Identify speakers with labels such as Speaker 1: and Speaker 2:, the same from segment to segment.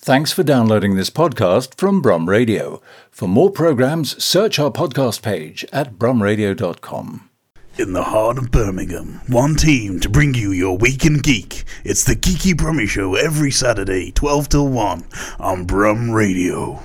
Speaker 1: Thanks for downloading this podcast from Brum Radio. For more programs, search our podcast page at brumradio.com.
Speaker 2: In the heart of Birmingham, one team to bring you your weekend geek. It's the Geeky Brummy Show every Saturday, 12 till 1 on Brum Radio.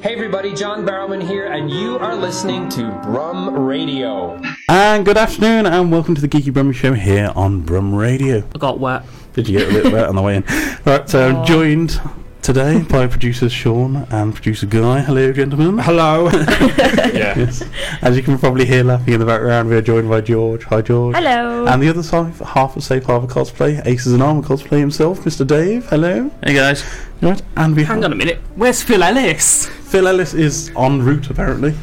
Speaker 3: Hey everybody, John Barrowman here, and you are listening to Brum Radio.
Speaker 2: And good afternoon, and welcome to the Geeky Brummy Show here on Brum Radio.
Speaker 4: I got wet. Oh.
Speaker 2: Did you get a little bit on the way in? Right, so I'm joined today by producers Sean and producer Guy. Hello, gentlemen.
Speaker 5: Hello.
Speaker 2: Yes. As you can probably hear laughing in the background, we are joined by George. Hi, George.
Speaker 6: Hello.
Speaker 2: And the other side, half of Safe Harbor cosplay, Aces and Armor cosplay himself, Mr. Dave. Hello.
Speaker 4: Hey guys.
Speaker 2: Right, and we
Speaker 4: Hang
Speaker 2: have
Speaker 4: on a minute. Where's Phil Ellis?
Speaker 2: Phil Ellis is en route apparently.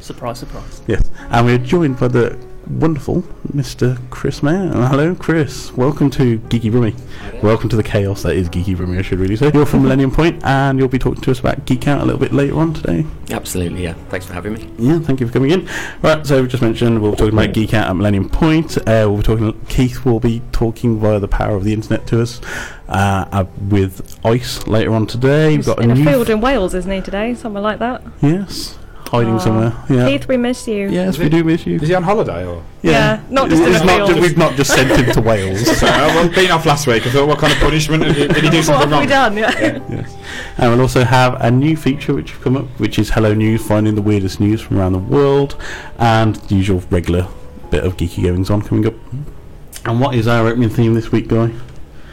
Speaker 4: Surprise, surprise.
Speaker 2: Yes, and we're joined by the wonderful Mr. Chris Mayer. Hello, Chris. Welcome to Geeky Brummy. Welcome to the chaos that is Geeky Brummy, I should really say. You're from Millennium Point, and you'll be talking to us about Geek Out a little bit later on today.
Speaker 7: Absolutely, yeah. Thanks for having me.
Speaker 2: Yeah, thank you for coming in. Right, so we just mentioned we'll be talking about Geek Out at Millennium Point. Uh, we'll be talking. Keith will be talking via the power of the internet to us uh, uh, with Ice later on today. We've
Speaker 6: He's
Speaker 2: got
Speaker 6: in
Speaker 2: a
Speaker 6: a
Speaker 2: new
Speaker 6: field in Wales, isn't he, today? Somewhere like that.
Speaker 2: yes, hiding
Speaker 6: Aw.
Speaker 2: somewhere. Yeah.
Speaker 6: Keith, we miss you.
Speaker 2: Yes, we do miss you.
Speaker 5: Is he on holiday or?
Speaker 6: Yeah, not just in
Speaker 2: It's
Speaker 6: the
Speaker 2: not
Speaker 6: field.
Speaker 2: ju- we've not just sent him to Wales.
Speaker 5: Sorry, I've been off last week. I thought, what kind of punishment did he, did he do
Speaker 6: what
Speaker 5: something
Speaker 6: have we
Speaker 5: wrong?
Speaker 6: done? Yeah.
Speaker 2: And we'll also have a new feature which has come up, which is Hello News, finding the weirdest news from around the world, and the usual regular bit of geeky goings on coming up. And what is our opening theme this week, Guy?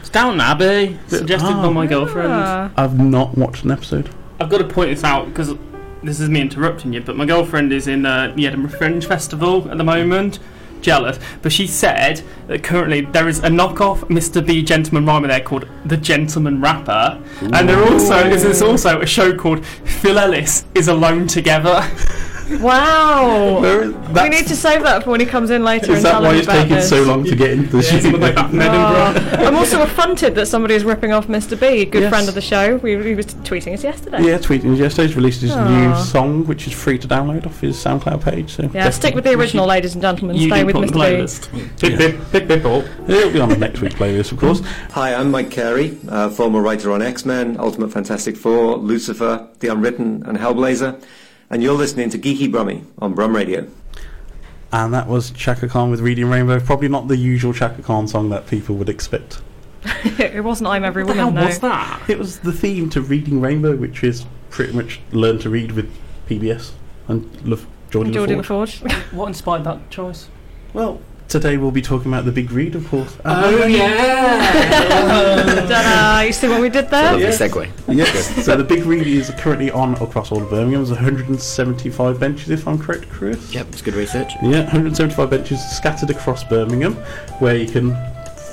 Speaker 4: It's Downton Abbey, suggested by
Speaker 2: Oh.
Speaker 4: my girlfriend.
Speaker 6: Ah.
Speaker 2: I've not watched an episode.
Speaker 4: I've got to point this out because this is me interrupting you, but my girlfriend is in uh, the Edinburgh Fringe Festival at the moment. Jealous, but she said that currently there is a knockoff Mr. B gentleman rhymer there called the Gentleman Rapper, and there also is there's also a show called Phil Ellis is Alone Together.
Speaker 6: Wow.
Speaker 2: Where is,
Speaker 6: We need to save that for when he comes in later and
Speaker 2: is that
Speaker 6: tell
Speaker 2: why
Speaker 6: us
Speaker 2: it's
Speaker 6: about
Speaker 2: taking
Speaker 6: this.
Speaker 2: so long to get into the studio?
Speaker 6: Ah. I'm also affronted that somebody is ripping off Mr. B, a good
Speaker 2: Yes.
Speaker 6: friend of the show. We, he was tweeting us yesterday.
Speaker 2: Yeah, tweeting yesterday's released his new
Speaker 6: Aw.
Speaker 2: song, which is free to download off his SoundCloud page. So
Speaker 6: Yeah, stick with the original, ladies and gentlemen.
Speaker 4: you
Speaker 6: Stay
Speaker 4: do
Speaker 6: with
Speaker 4: put on the
Speaker 6: Mr.
Speaker 4: playlist.
Speaker 5: Big, big, big, big ball.
Speaker 2: it'll be on the next week's playlist, of course.
Speaker 8: Hi, I'm Mike Carey, uh, former writer on X-Men, Ultimate Fantastic Four, Lucifer, The Unwritten, and Hellblazer, and you're listening to Geeky Brummy on Brum Radio.
Speaker 2: And that was Chaka Khan with Reading Rainbow. Probably not the usual Chaka Khan song that people would expect.
Speaker 6: B. it wasn't I'm Every
Speaker 4: What the hell
Speaker 6: Woman,
Speaker 4: was
Speaker 6: though.
Speaker 4: that?
Speaker 2: It was the theme to Reading Rainbow, which is pretty much learn to read with PBS and love Jordan.
Speaker 6: Jordan
Speaker 2: LaForge.
Speaker 6: Forge.
Speaker 4: What inspired that choice?
Speaker 2: Well, today we'll be talking about the Big Read, of course.
Speaker 4: Oh,
Speaker 6: Oh, Ta-da, you see what we did there?
Speaker 7: Lovely segue.
Speaker 2: yes. so the Big Read is currently on across all of Birmingham. There's 175 benches, if I'm correct, Chris.
Speaker 7: Yep, it's good research.
Speaker 2: Yeah, 175 benches scattered across Birmingham, where you can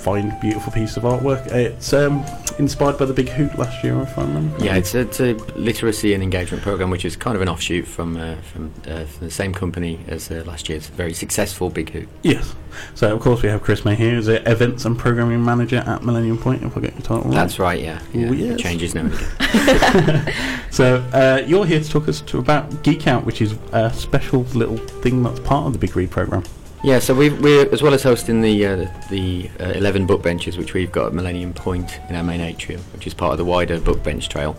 Speaker 2: find beautiful pieces of artwork. It's um, inspired by the Big Hoot last year, if I remember.
Speaker 7: Yeah,
Speaker 2: correctly.
Speaker 7: it's a, it's a literacy and engagement program, which is kind of an offshoot from uh, from, uh, from the same company as uh, last year's very successful Big Hoot.
Speaker 2: Yes. So, of course, we have Chris May here, who's the Events and Programming Manager at Millennium Point, if I get your title right.
Speaker 7: That's right, yeah. yeah.
Speaker 2: Oh, yes.
Speaker 7: It changes now and again.
Speaker 2: So, uh, you're here to talk us to about Geek Out, which is a special little thing that's part of the Big Read programme.
Speaker 7: Yeah, so we we're as well as hosting the uh, the uh, eleven book benches, which we've got at Millennium Point in our main atrium, which is part of the wider book bench trail.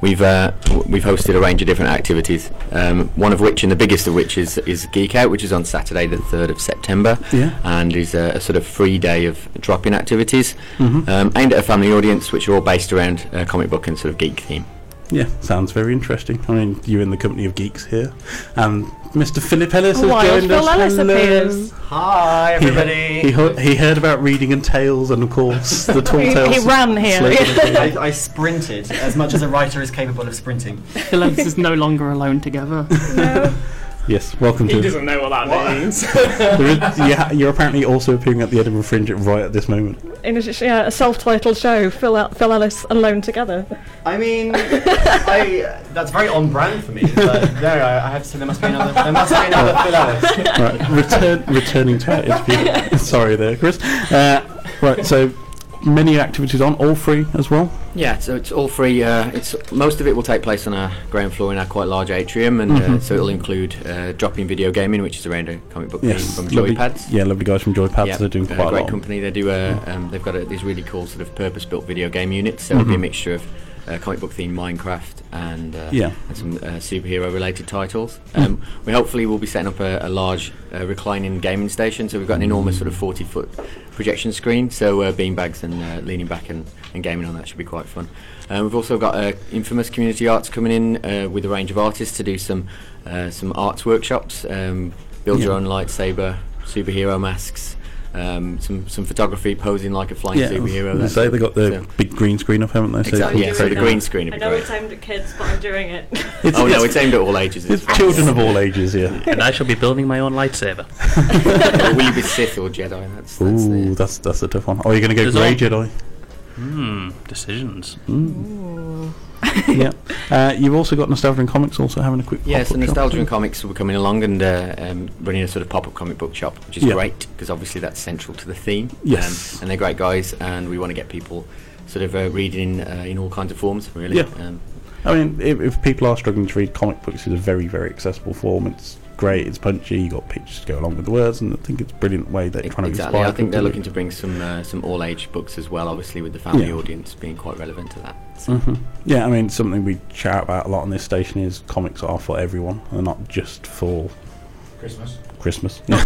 Speaker 7: We've uh, w- we've hosted a range of different activities. Um, one of which, and the biggest of which, is is Geek Out, which is on Saturday, the third of September,
Speaker 2: Yeah.
Speaker 7: and is a, a sort of free day of drop-in activities
Speaker 2: Mhm.
Speaker 7: um, aimed at a family audience, which are all based around uh, comic book and sort of geek theme.
Speaker 2: Yeah, sounds very interesting. I mean, you're in the company of geeks here. And Mr. Philip Ellis has
Speaker 6: Wild
Speaker 2: joined us.
Speaker 6: Phil Ellis
Speaker 2: Hello.
Speaker 6: appears.
Speaker 9: Hi,
Speaker 2: He-
Speaker 9: everybody.
Speaker 2: He, heard- he heard about reading and tales, and of course, the tall
Speaker 6: He-
Speaker 2: tales.
Speaker 6: he ran here.
Speaker 2: slowly-
Speaker 9: I, I sprinted as much as a writer is capable of sprinting.
Speaker 4: Phil Ellis is no longer alone together.
Speaker 2: yes, welcome
Speaker 4: he
Speaker 2: to.
Speaker 4: doesn't know what that means.
Speaker 2: There is, yeah, you're apparently also appearing at the Edinburgh Fringe right at this moment.
Speaker 6: In a, sh- yeah, a self-titled show, Phil, El- Phil Ellis alone together.
Speaker 9: I mean, I, that's very on brand for me. But there, I, I have to say, there must be another. There must be another Phil Ellis.
Speaker 2: Uh, right, return, returning to our interview. Sorry there, Chris. Uh, right, so many activities on, all free as well.
Speaker 7: Yeah, so it's all free. Uh, it's most of it will take place on our ground floor in our quite large atrium, and uh, so it'll include uh, drop-in video gaming, which is around a comic book
Speaker 2: Yes,
Speaker 7: theme from
Speaker 2: lovely-
Speaker 7: Joypads.
Speaker 2: Yeah, lovely guys from Joypads.
Speaker 7: Yeah,
Speaker 2: They're doing
Speaker 7: uh,
Speaker 2: quite a
Speaker 7: great
Speaker 2: lot.
Speaker 7: Mm-hmm. company. They do. Uh, um, they've got a, these really cool sort of purpose-built video game units. So it'll be a mixture of uh, comic book themed Minecraft and, uh,
Speaker 2: Yeah.
Speaker 7: and some uh, superhero related titles. Um, we hopefully will be setting up a, a large uh, reclining gaming station. So we've got an enormous sort of 40 foot projection screen. So uh, beanbags and uh, leaning back and, and gaming on that should be quite fun. Uh, we've also got uh, Infamous Community Arts coming in uh, with a range of artists to do some uh, some arts workshops, um, build your
Speaker 2: Yeah.
Speaker 7: own lightsaber, superhero masks. Um, some some photography posing like a flying
Speaker 2: Yeah,
Speaker 7: superhero. that
Speaker 2: so
Speaker 7: sort
Speaker 2: they
Speaker 7: of-
Speaker 2: got the
Speaker 7: so-
Speaker 2: big green screen up, haven't they? So
Speaker 7: Exactly, yeah, so the
Speaker 2: it's- uh,
Speaker 7: green screen would
Speaker 10: I
Speaker 7: be
Speaker 10: know
Speaker 7: great.
Speaker 10: it's aimed at kids, but I'm doing it.
Speaker 7: oh no, it's aimed at all ages.
Speaker 2: It's children of all ages, yeah.
Speaker 11: and I shall be building my own lightsaber.
Speaker 7: Or will you be Sith or Jedi? That's, that's
Speaker 2: Ooh,
Speaker 7: the,
Speaker 2: that's that's a tough one. Oh, you're gonna go
Speaker 11: There's
Speaker 2: Grey
Speaker 11: all-
Speaker 2: Jedi. Mm.
Speaker 11: Hmm, decisions.
Speaker 2: yeah. Uh, you've also got Nostalgia and Comics also having a quick
Speaker 7: yeah. So
Speaker 2: pop-up shop,
Speaker 7: nostalgia and
Speaker 2: I think.
Speaker 7: comics will be coming along and uh, um, running a sort of pop-up comic book shop, which is
Speaker 2: Yeah.
Speaker 7: great 'cause great because obviously that's central to the theme.
Speaker 2: Yes.
Speaker 7: um, and they're great guys, and we want to get people sort of uh, reading uh, in all kinds of forms, really.
Speaker 2: Yeah.
Speaker 7: Um,
Speaker 2: I mean, if, if people are struggling to read comic books, it's a very, very accessible form. It's great. It's punchy. You got pictures to go along with the words, and I think it's a brilliant way that you're trying to
Speaker 7: exactly.
Speaker 2: inspire.
Speaker 7: I think they're
Speaker 2: people
Speaker 7: looking to bring some uh, some all-age books as well, obviously with the family
Speaker 2: Yeah.
Speaker 7: audience being quite relevant to that. So.
Speaker 2: Mhm. Yeah, I mean, something we chat about a lot on this station is comics are for everyone, and not just for
Speaker 5: Christmas.
Speaker 2: Christmas.
Speaker 6: Christmas, no.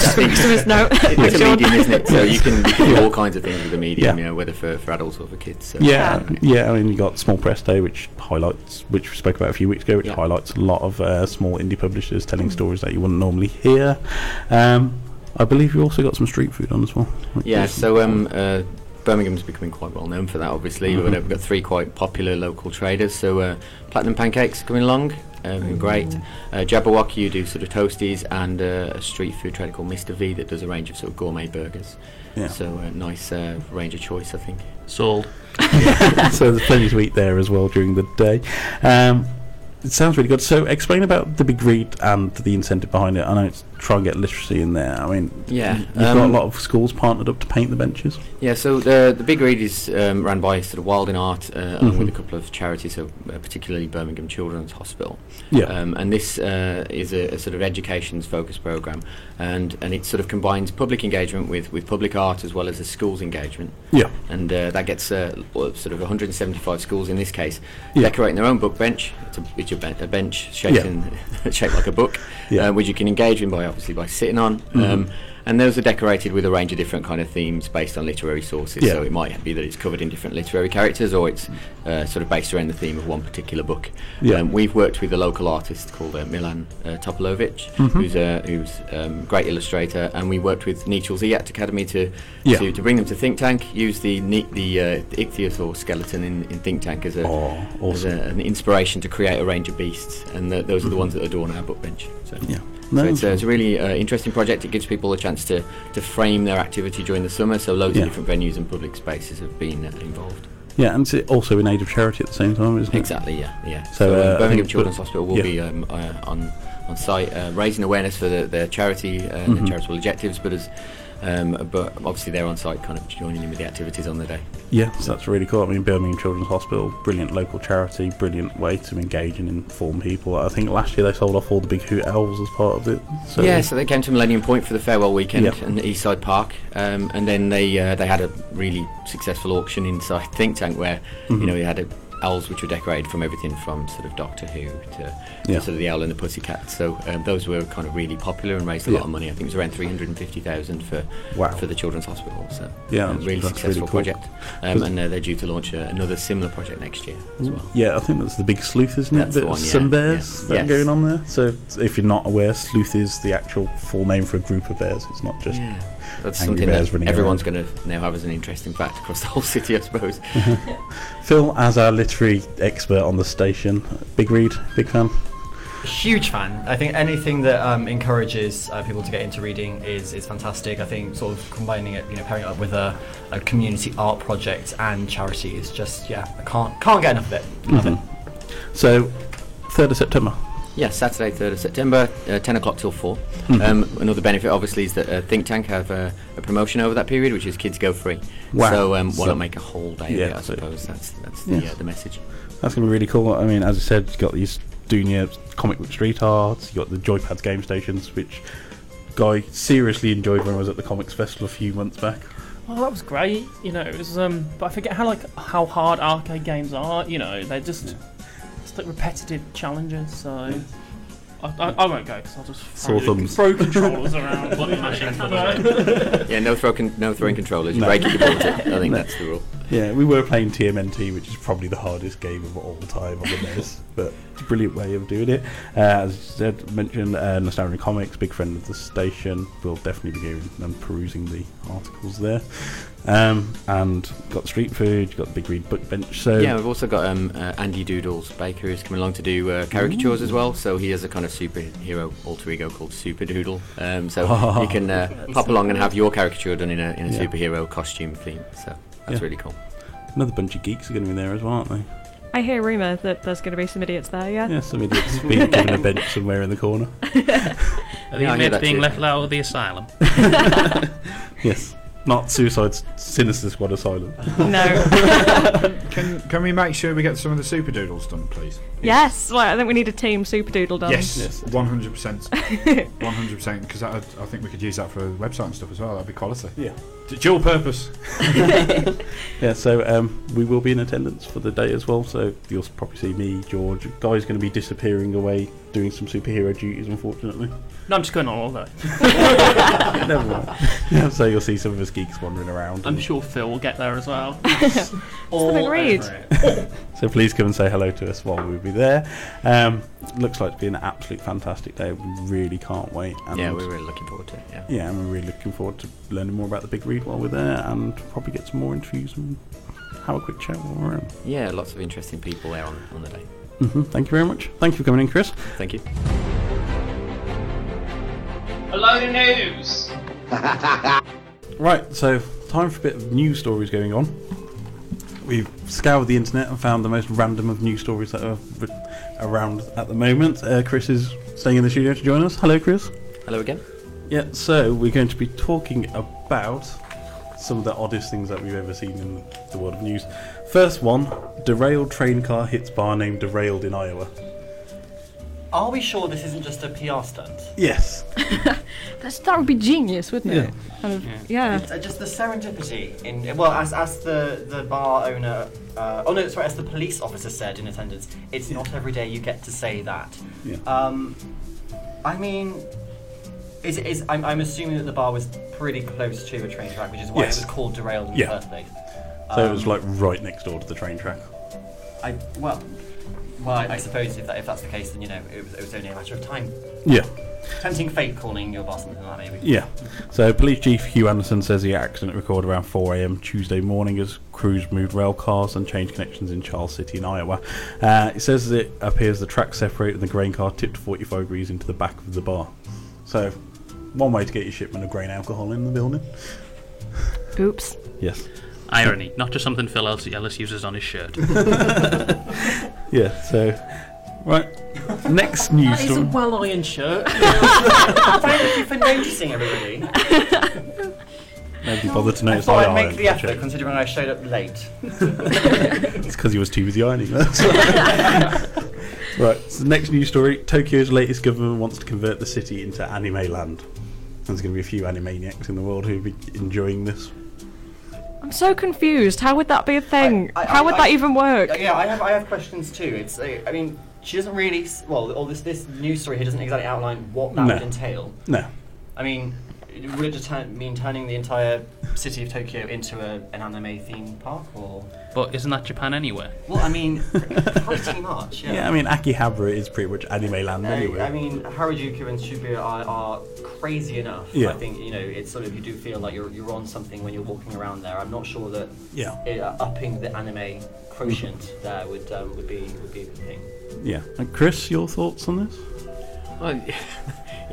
Speaker 7: It's a
Speaker 6: John.
Speaker 7: medium, isn't it? So
Speaker 2: Yes.
Speaker 7: you can, you can do all kinds of things with a medium,
Speaker 2: Yeah.
Speaker 7: you know, whether for, for adults or for kids. So.
Speaker 2: Yeah, yeah. I mean, you got Small Press Day, which highlights, which we spoke about a few weeks ago, which
Speaker 7: Yeah. Mm.
Speaker 2: highlights a lot of uh, small indie publishers telling stories that you wouldn't normally hear. Um, I believe you also got some street food on as well. which
Speaker 7: Yeah,
Speaker 2: is-
Speaker 7: so um, uh, Birmingham's becoming quite well known for that, obviously.
Speaker 2: Mm-hmm.
Speaker 7: We've got- We've got three quite popular local traders. So uh, Platinum Pancakes coming along, um, great. Uh, Jabberwocky, you do sort of toasties, and uh, a street food trader called Mr. V that does a range of sort of gourmet burgers.
Speaker 2: Yeah.
Speaker 7: So a nice uh, range of choice, I think.
Speaker 11: Sold.
Speaker 2: so there's plenty to eat there as well during the day. Um, it sounds really good. So explain about the big read and the incentive behind it. I know it's try and get literacy in there. I mean,
Speaker 7: Yeah,
Speaker 2: you've got
Speaker 7: um,
Speaker 2: a lot of schools partnered up to paint the benches.
Speaker 7: Yeah, so the the Big Read is um, run by sort of Wild in Art, uh, along with a
Speaker 2: Mhm.
Speaker 7: couple of charities, so uh, particularly Birmingham Children's Hospital.
Speaker 2: Yeah.
Speaker 7: Um, and this uh, is a, a sort of education's focused program, and and it sort of combines public engagement with with public art as well as the schools engagement
Speaker 2: Yeah,
Speaker 7: and uh, that gets uh, l- sort of 175 schools in this case
Speaker 2: Yeah.
Speaker 7: decorating their own book bench. It's a, it's a, ben- a bench shaped,
Speaker 2: Yeah.
Speaker 7: in, shaped like a book,
Speaker 2: Yeah. Mm-hmm.
Speaker 7: uh, which you can engage in by obviously by sitting on. Um, and those are decorated with a range of different kind of themes based on literary sources.
Speaker 2: Yeah.
Speaker 7: So it might be that it's covered in different literary characters, or it's uh, sort of based around the theme of one particular book.
Speaker 2: Yeah.
Speaker 7: Um, we've worked with a local artist called uh, Milan uh, Topolovic,
Speaker 2: Mm-hmm.
Speaker 7: who's a who's um, great illustrator, and we worked with Nietzsche's Yacht Academy to
Speaker 2: Yeah.
Speaker 7: to, to bring them to Think Tank, use the ne- the, uh, the ichthyosaur skeleton in, in Think Tank as, a,
Speaker 2: Oh,
Speaker 7: as
Speaker 2: awesome. Mm-hmm.
Speaker 7: a, an inspiration to create a range of beasts, and th- those are the ones that adorn our bookbench. So,
Speaker 2: Yeah.
Speaker 7: so
Speaker 2: No,
Speaker 7: it's, uh, it's a really uh, interesting project. It gives people a chance to, to frame their activity during the summer, so loads
Speaker 2: Yeah.
Speaker 7: of different venues and public spaces have been uh, involved.
Speaker 2: yeah, and it's also an aid of charity at the same time, isn't it?
Speaker 7: Exactly, yeah, yeah.
Speaker 2: So,
Speaker 7: So, um,
Speaker 2: uh, I think
Speaker 7: Birmingham
Speaker 2: it's
Speaker 7: Children's
Speaker 2: good.
Speaker 7: Hospital will
Speaker 2: Yeah.
Speaker 7: be um, uh, on on site uh, raising awareness for the, their charity uh,
Speaker 2: Mhm.
Speaker 7: and charitable objectives, but as um, but obviously they're on site, kind of joining in with the activities on the day.
Speaker 2: Yeah, so that's really cool. I mean, Birmingham Children's Hospital, brilliant local charity, brilliant way to engage and inform people. I think last year they sold off all the big hoot owls as part of it. So
Speaker 7: yeah, so they came to Millennium Point for the farewell weekend
Speaker 2: Yep.
Speaker 7: and Eastside Park, um, and then they uh, they had a really successful auction inside Think Tank where you
Speaker 2: Mm-hmm.
Speaker 7: know you had a, owls which were decorated from everything from sort of Doctor Who to
Speaker 2: Yeah.
Speaker 7: sort of the owl and the pussycat. So um, those were kind of really popular and raised a
Speaker 2: Yeah.
Speaker 7: lot of money. I think it was around three hundred and fifty thousand for
Speaker 2: Wow.
Speaker 7: for the Children's Hospital. So
Speaker 2: Yeah,
Speaker 7: um,
Speaker 2: that's-
Speaker 7: really
Speaker 2: that's really
Speaker 7: successful
Speaker 2: cool.
Speaker 7: project, um,
Speaker 2: Cause-
Speaker 7: and uh, they're due to launch uh, another similar project next year as well.
Speaker 2: Yeah, I think that's the big sleuth, isn't
Speaker 7: That's
Speaker 2: it?
Speaker 7: the
Speaker 2: Bit of
Speaker 7: one, yeah,
Speaker 2: Sun bears
Speaker 7: yeah.
Speaker 2: that are
Speaker 7: Yes.
Speaker 2: going on there. So if you're not aware, sleuth is the actual full name for a group of bears. It's not just
Speaker 7: Yeah, that's
Speaker 2: Angry
Speaker 7: something
Speaker 2: bears
Speaker 7: that
Speaker 2: running
Speaker 7: everyone's
Speaker 2: around.
Speaker 7: going to now have as an interesting fact across the whole city, I suppose.
Speaker 2: Phil, as our literary expert on the station, big read, big fan.
Speaker 9: Huge fan. I think anything that um, encourages uh, people to get into reading is, is fantastic. I think sort of combining it, you know, pairing it up with a, a community art project and charity is just, yeah, I can't can't get enough of it. Love it.
Speaker 2: Mm-hmm. So, third of September.
Speaker 7: Yeah, Saturday, 3rd of September, uh, 10 o'clock till 4.
Speaker 2: Hmm.
Speaker 7: Um, another benefit, obviously, is that uh, Think Tank have uh, a promotion over that period, which is Kids Go Free.
Speaker 2: Wow.
Speaker 7: So, um, why
Speaker 2: So-
Speaker 7: not make a whole day
Speaker 2: Yeah,
Speaker 7: of it, I
Speaker 2: so-
Speaker 7: suppose. That's, that's the,
Speaker 2: Yes.
Speaker 7: uh, the message.
Speaker 2: That's gonna be really cool. I mean, as I said, you've got these Dunia comic book street arts. You got the Joypads game stations, which guy seriously enjoyed when I was at the comics festival a few months back.
Speaker 4: well, that was great. You know, it was. Um, but I forget how like how hard arcade games are. You know, they're just just like repetitive challenges. So. I, I, I won't go because I'll just
Speaker 2: Sore
Speaker 4: throw-
Speaker 2: thumbs.
Speaker 4: throw controllers around. bloody machines for the
Speaker 7: yeah, no throw con- no throwing controllers.
Speaker 2: No.
Speaker 7: You break it, you bought it. I think
Speaker 2: No.
Speaker 7: that's the rule.
Speaker 2: Yeah, we were playing TMNT, which is probably the hardest game of all time on the NES, but it's a brilliant way of doing it. Uh, as Zed mentioned, uh, Nostalgia Comics, big friend of the station, we'll definitely be going and perusing the articles there. Um, and got street food, you've got the Big Green Book Bench, so
Speaker 7: yeah, we've also got um, uh, Andy Doodles Baker who's coming along to do uh, caricatures as well. So he has a kind of superhero alter ego called Super Doodle. Um, so you can uh, pop along and have your caricature done in a, in a
Speaker 2: Yeah.
Speaker 7: superhero costume theme. So
Speaker 2: Yeah.
Speaker 7: that's really cool.
Speaker 2: another bunch of geeks are going to be there as well, aren't they?
Speaker 10: I hear rumour that there's going to be some idiots there, yeah?
Speaker 2: Yeah, some idiots being given a bench somewhere in the corner.
Speaker 11: Are
Speaker 7: Yeah, I
Speaker 11: these
Speaker 7: hear
Speaker 11: mates
Speaker 7: that
Speaker 11: being
Speaker 7: too.
Speaker 11: left out of the asylum?
Speaker 2: Yes, not Suicide Sinister Squad Asylum.
Speaker 5: can can we make sure we get some of the super doodles done, please?
Speaker 10: Yes, well, I think we need a team super doodle done.
Speaker 5: Yes, one hundred percent, one hundred percent. Because I, I think we could use that for the website and stuff as well. That'd be quality.
Speaker 2: Yeah.
Speaker 5: D- dual purpose.
Speaker 2: Yeah, so um, we will be in attendance for the day as well. So you'll probably see me, George. Guy's going to be disappearing away doing some superhero duties, unfortunately.
Speaker 4: No, I'm just going on all that.
Speaker 2: Never mind. Yeah, so you'll see some of us geeks wandering around.
Speaker 4: I'm sure Phil will get there as well.
Speaker 10: the big read?
Speaker 2: So please come and say hello to us while we'll be there. Um, looks like to be an absolute fantastic day. We really can't wait. And
Speaker 7: yeah, we're really looking forward to it. Yeah.
Speaker 2: yeah, and we're really looking forward to learning more about the big read while we're there, and probably get some more interviews and have a quick chat while we're in.
Speaker 7: Yeah, lots of interesting people there on, on the day. Mm-hmm.
Speaker 2: hmm Thank you very much. Thank you for coming in, Chris.
Speaker 7: Thank you.
Speaker 4: A load of news.
Speaker 2: Right, so time for a bit of news stories going on. We've scoured the internet and found the most random of news stories that are r- around at the moment. Uh, Chris is staying in the studio to join us. Hello, Chris.
Speaker 7: Hello again.
Speaker 2: Yeah, so we're going to be talking about some of the oddest things that we've ever seen in the world of news. First one derailed train car hits bar named Derailed in Iowa.
Speaker 9: Are we sure this isn't just a PR stunt?
Speaker 2: Yes.
Speaker 6: That's, that would be genius, wouldn't it? Kind of- yeah.
Speaker 9: It's, uh, just the serendipity in well, as as the the bar owner, uh, oh no, sorry, as the police officer said in attendance, it's not every day you get to say that.
Speaker 2: Yeah.
Speaker 9: Um, I mean, is is I'm, I'm assuming that the bar was pretty close to a train track, which is why
Speaker 2: Yes.
Speaker 9: it was called derailed in
Speaker 2: Yeah.
Speaker 9: the first place.
Speaker 2: So it was
Speaker 9: Um,
Speaker 2: like right next door to the train track.
Speaker 9: I well, well, I, I suppose if that, if that's the case, then you know it was, it was only a matter of time.
Speaker 2: Yeah.
Speaker 9: Tempting fate calling your bar something like that, maybe.
Speaker 2: Yeah. So police chief Hugh Anderson says the accident recorded around 4 a.m. Tuesday morning as crews moved rail cars and changed connections in Charles City in Iowa. Uh, it says that it appears the track separated and the grain car tipped 45 degrees into the back of the bar. So, one way to get your shipment of grain alcohol in the building.
Speaker 6: Oops.
Speaker 2: Yes.
Speaker 11: Irony, not just something Phil Ellis Ellis uses on his shirt.
Speaker 2: Yeah. So, right. Next news
Speaker 4: That is a
Speaker 2: story.
Speaker 4: well ironed shirt.
Speaker 9: Ah, Thank you for noticing, everybody.
Speaker 2: Nobody bothered to notice.
Speaker 9: Thought
Speaker 2: I
Speaker 9: I'd make
Speaker 2: ironed
Speaker 9: the
Speaker 2: the
Speaker 9: effort,
Speaker 2: shirt.
Speaker 9: considering I showed up late.
Speaker 2: It's because he was too busy ironing. That's Right, so the next news story Tokyo's latest government wants to convert the city into anime land. There's going to be a few animaniacs in the world who'll be enjoying this.
Speaker 6: I'm so confused. How would that be a thing?
Speaker 9: I-
Speaker 6: How would
Speaker 9: I-
Speaker 6: that
Speaker 9: I-
Speaker 6: even work?
Speaker 9: Yeah, I have I have questions too. It's uh, I mean she doesn't really s- well all this this news story here doesn't exactly outline what that
Speaker 2: No.
Speaker 9: would entail.
Speaker 2: No.
Speaker 9: I mean, would it just turn, mean turning the entire city of Tokyo into a, an anime theme park or?
Speaker 11: But isn't that Japan anywhere?
Speaker 9: Well, I mean, pretty much. Yeah.
Speaker 2: Yeah, I mean, Akihabara is pretty much anime land
Speaker 9: No,
Speaker 2: anyway.
Speaker 9: I mean, Harajuku and Shibuya are, are crazy enough.
Speaker 2: Yeah.
Speaker 9: I think you know it's sort of you do feel like you're you're on something when you're walking around there. I'm not sure that
Speaker 2: Yeah.
Speaker 9: it, uh, upping the anime quotient there would um, would be would be a good thing.
Speaker 2: yeah. And Chris, your thoughts on this?
Speaker 7: Well,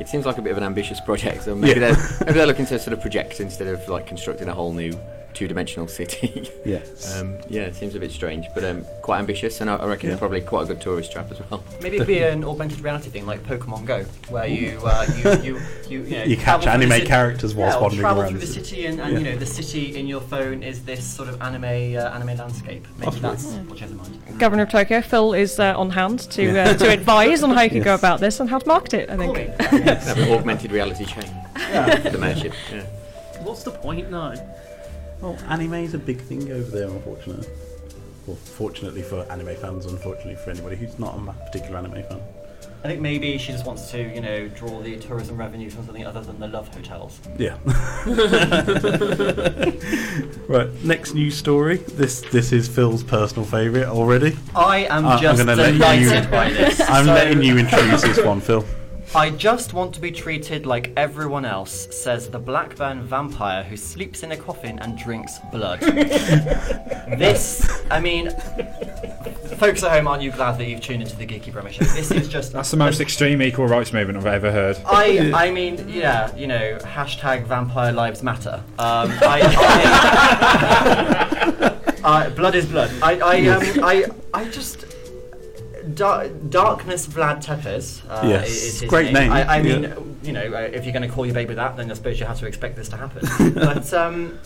Speaker 7: it seems like a bit of an ambitious project. So maybe
Speaker 2: Yeah.
Speaker 7: they're maybe they're looking to sort of project instead of like constructing a whole new two-dimensional city.
Speaker 2: Yes.
Speaker 7: Um, yeah, it seems a bit strange, but um, quite ambitious, and I, I reckon
Speaker 2: Yeah.
Speaker 7: it's probably quite a good tourist trap as well.
Speaker 9: Maybe uh, it'd be an augmented reality thing like Pokemon Go, where you uh, you, you you you, know,
Speaker 2: You catch
Speaker 9: travel through the
Speaker 2: anime
Speaker 9: ci-
Speaker 2: characters whilst
Speaker 9: yeah, or
Speaker 2: wandering
Speaker 9: travel
Speaker 2: around
Speaker 9: through
Speaker 2: the
Speaker 9: the
Speaker 2: city.
Speaker 9: city, and, and you
Speaker 2: Yeah.
Speaker 9: know the city in your phone is this sort of anime uh, anime landscape. Maybe that's what you have in mind.
Speaker 6: Governor of Tokyo, Phil, is uh, on hand to
Speaker 9: Yeah.
Speaker 6: uh, to advise on how you can go
Speaker 9: Yes.
Speaker 6: about this and how to market it. I think.
Speaker 7: Have an augmented reality chain.
Speaker 4: Yeah.
Speaker 7: for the mayorship. Yeah.
Speaker 4: What's the point, though?
Speaker 2: Well, anime is a big thing over there, unfortunately. Well, fortunately for anime fans, unfortunately for anybody who's not a ma- particular anime fan.
Speaker 9: I think maybe she just wants to, you know, draw the tourism revenue from something other than the love hotels.
Speaker 2: Yeah. right, next news story. This this is Phil's personal favourite already.
Speaker 9: I am
Speaker 2: I- Uh, I'm
Speaker 9: just
Speaker 2: gonna let you-
Speaker 9: delighted by this.
Speaker 2: I'm
Speaker 9: So-
Speaker 2: letting you introduce this one, Phil.
Speaker 9: I just want to be treated like everyone else, says the Blackburn vampire who sleeps in a coffin and drinks blood. this, I mean, folks at home, aren't you glad that you've tuned into the Geeky Brummy Show? This is just.
Speaker 5: That's the most extreme equal rights movement I've ever heard.
Speaker 9: I, I mean, yeah, you know, hashtag vampire lives matter. Um, I, I, I- blood is blood. I, I, um, I, I just. Dar- Darkness Vlad Tepes. Uh,
Speaker 2: Yes.
Speaker 9: is his
Speaker 2: Great name,
Speaker 9: I, I mean,
Speaker 2: yeah.
Speaker 9: you know, uh, if you're going to call your baby that, then I suppose you have to expect this to happen. but um,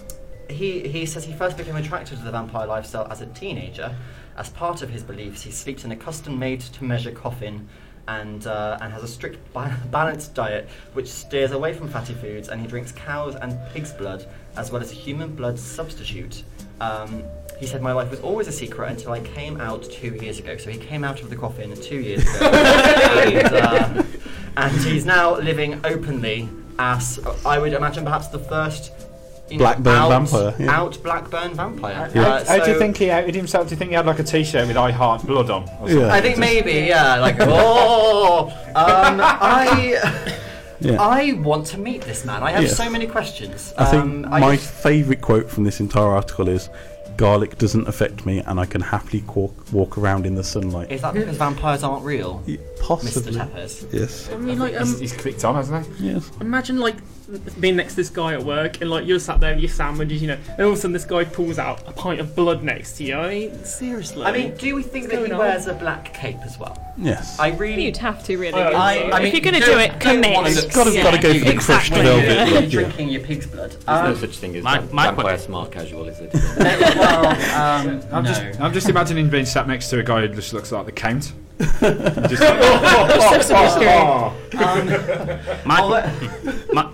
Speaker 9: he, he says he first became attracted to the vampire lifestyle as a teenager. As part of his beliefs, he sleeps in a custom made to measure coffin and, uh, and has a strict ba- balanced diet which steers away from fatty foods, and he drinks cow's and pig's blood as well as a human blood substitute. Um, he said, My life was always a secret until I came out two years ago. So he came out of the coffin two years ago. and, uh, and he's now living openly as uh, I would imagine perhaps the first you know,
Speaker 2: Blackburn
Speaker 9: out,
Speaker 2: vampire, yeah.
Speaker 9: out Blackburn vampire.
Speaker 5: How,
Speaker 9: Uh,
Speaker 5: how do you
Speaker 9: so-
Speaker 5: think he outed himself? Do you think he had like a T-shirt with "I Heart Blood" on? or something?
Speaker 9: I think maybe, yeah. Like, oh, um, I,
Speaker 2: Yeah.
Speaker 9: I want to meet this man. I have
Speaker 2: Yes.
Speaker 9: so many questions.
Speaker 2: I think
Speaker 9: Um, I
Speaker 2: my
Speaker 9: just-
Speaker 2: favourite quote from this entire article is Garlic doesn't affect me, and I can happily walk, walk around in the sunlight.
Speaker 9: is that because vampires aren't real?
Speaker 2: possibly.
Speaker 9: Mr. Tepes.
Speaker 2: Yes.
Speaker 4: I mean, like, um,
Speaker 5: clicked on, hasn't he?
Speaker 2: Yes.
Speaker 4: Imagine like being next to this guy at work, and like you're sat there with your sandwiches, you know, and all of a sudden this guy pulls out a pint of blood next to you. I mean, seriously.
Speaker 9: I mean, do we think
Speaker 4: What's
Speaker 9: that he
Speaker 4: going on?
Speaker 9: wears a black cape as well?
Speaker 2: Yes.
Speaker 9: I really.
Speaker 10: You'd have to really.
Speaker 9: I-
Speaker 10: wouldn't
Speaker 9: I-
Speaker 10: you?
Speaker 9: I mean,
Speaker 10: if you're going to
Speaker 9: don't-
Speaker 10: do it,
Speaker 9: don't wanna
Speaker 10: commit.
Speaker 9: look Gotta- silly. gotta go for the crushed
Speaker 10: Exactly.
Speaker 9: velvet Yeah. look, yeah. Drinking your pig's blood.
Speaker 7: There's no
Speaker 9: Um,
Speaker 7: such thing as
Speaker 9: My-
Speaker 7: vamp-
Speaker 9: my
Speaker 7: vampire
Speaker 9: question-
Speaker 7: smart casual, is it?
Speaker 9: well, um,
Speaker 5: I'm
Speaker 9: no.
Speaker 5: just, I'm just imagining being sat next to a guy who just looks like the Count. just
Speaker 10: Sesame Street.
Speaker 9: Um,
Speaker 7: Um,
Speaker 11: My, my,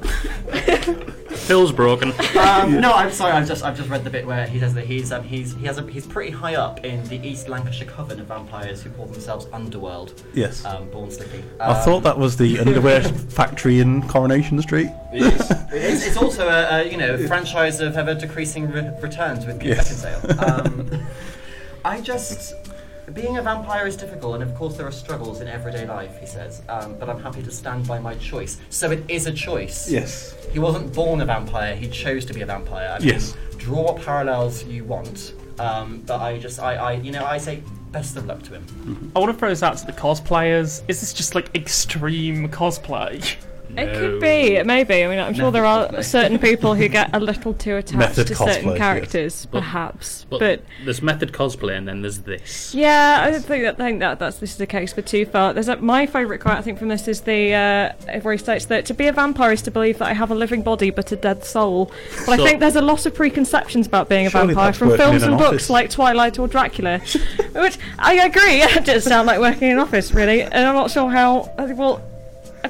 Speaker 11: Phil's broken.
Speaker 9: Um, no, I'm sorry. I've just I've just read the bit where he says that he's um, he's he has a, he's pretty high up in the East Lancashire coven of vampires who call themselves Underworld.
Speaker 2: Yes.
Speaker 9: Um, born slippy.
Speaker 2: I thought that was the underwear factory in Coronation Street.
Speaker 9: It's, it's also a, a you know franchise of ever decreasing re- returns with Pete
Speaker 2: Yes.
Speaker 9: Beckinsale. Um, I just being a vampire is difficult, and of course there are struggles in everyday life. He says, um, but I'm happy to stand by my choice. So it is a choice.
Speaker 2: Yes.
Speaker 9: He wasn't born a vampire. He chose to be a vampire. I mean,
Speaker 2: Yes.
Speaker 9: Draw what parallels you want, um, but I just I, I you know I say best of luck to him.
Speaker 4: I want to throw this out to the cosplayers. Is this just like extreme cosplay?
Speaker 10: It could be, it may be. I mean, I'm sure there are
Speaker 4: Method cosplay.
Speaker 10: certain people who get a little too attached
Speaker 11: Method
Speaker 10: to
Speaker 11: cosplay,
Speaker 10: certain
Speaker 11: yes.
Speaker 10: characters,
Speaker 11: But-
Speaker 10: perhaps.
Speaker 11: But,
Speaker 10: but
Speaker 11: there's method cosplay, and then there's this.
Speaker 10: Yeah, I don't think that, think that that's this is the case for too far. There's a, my favourite quote I think from this is the uh, where he states that to be a vampire is to believe that I have a living body but a dead soul. But
Speaker 11: So-
Speaker 10: I think there's a lot of preconceptions about being a
Speaker 11: Surely
Speaker 10: vampire
Speaker 11: that's
Speaker 10: from
Speaker 11: working
Speaker 10: films
Speaker 11: in
Speaker 10: and
Speaker 11: an
Speaker 10: books
Speaker 11: office.
Speaker 10: like Twilight or Dracula, which I agree it does sound like working in an office really. And I'm not sure how I think, well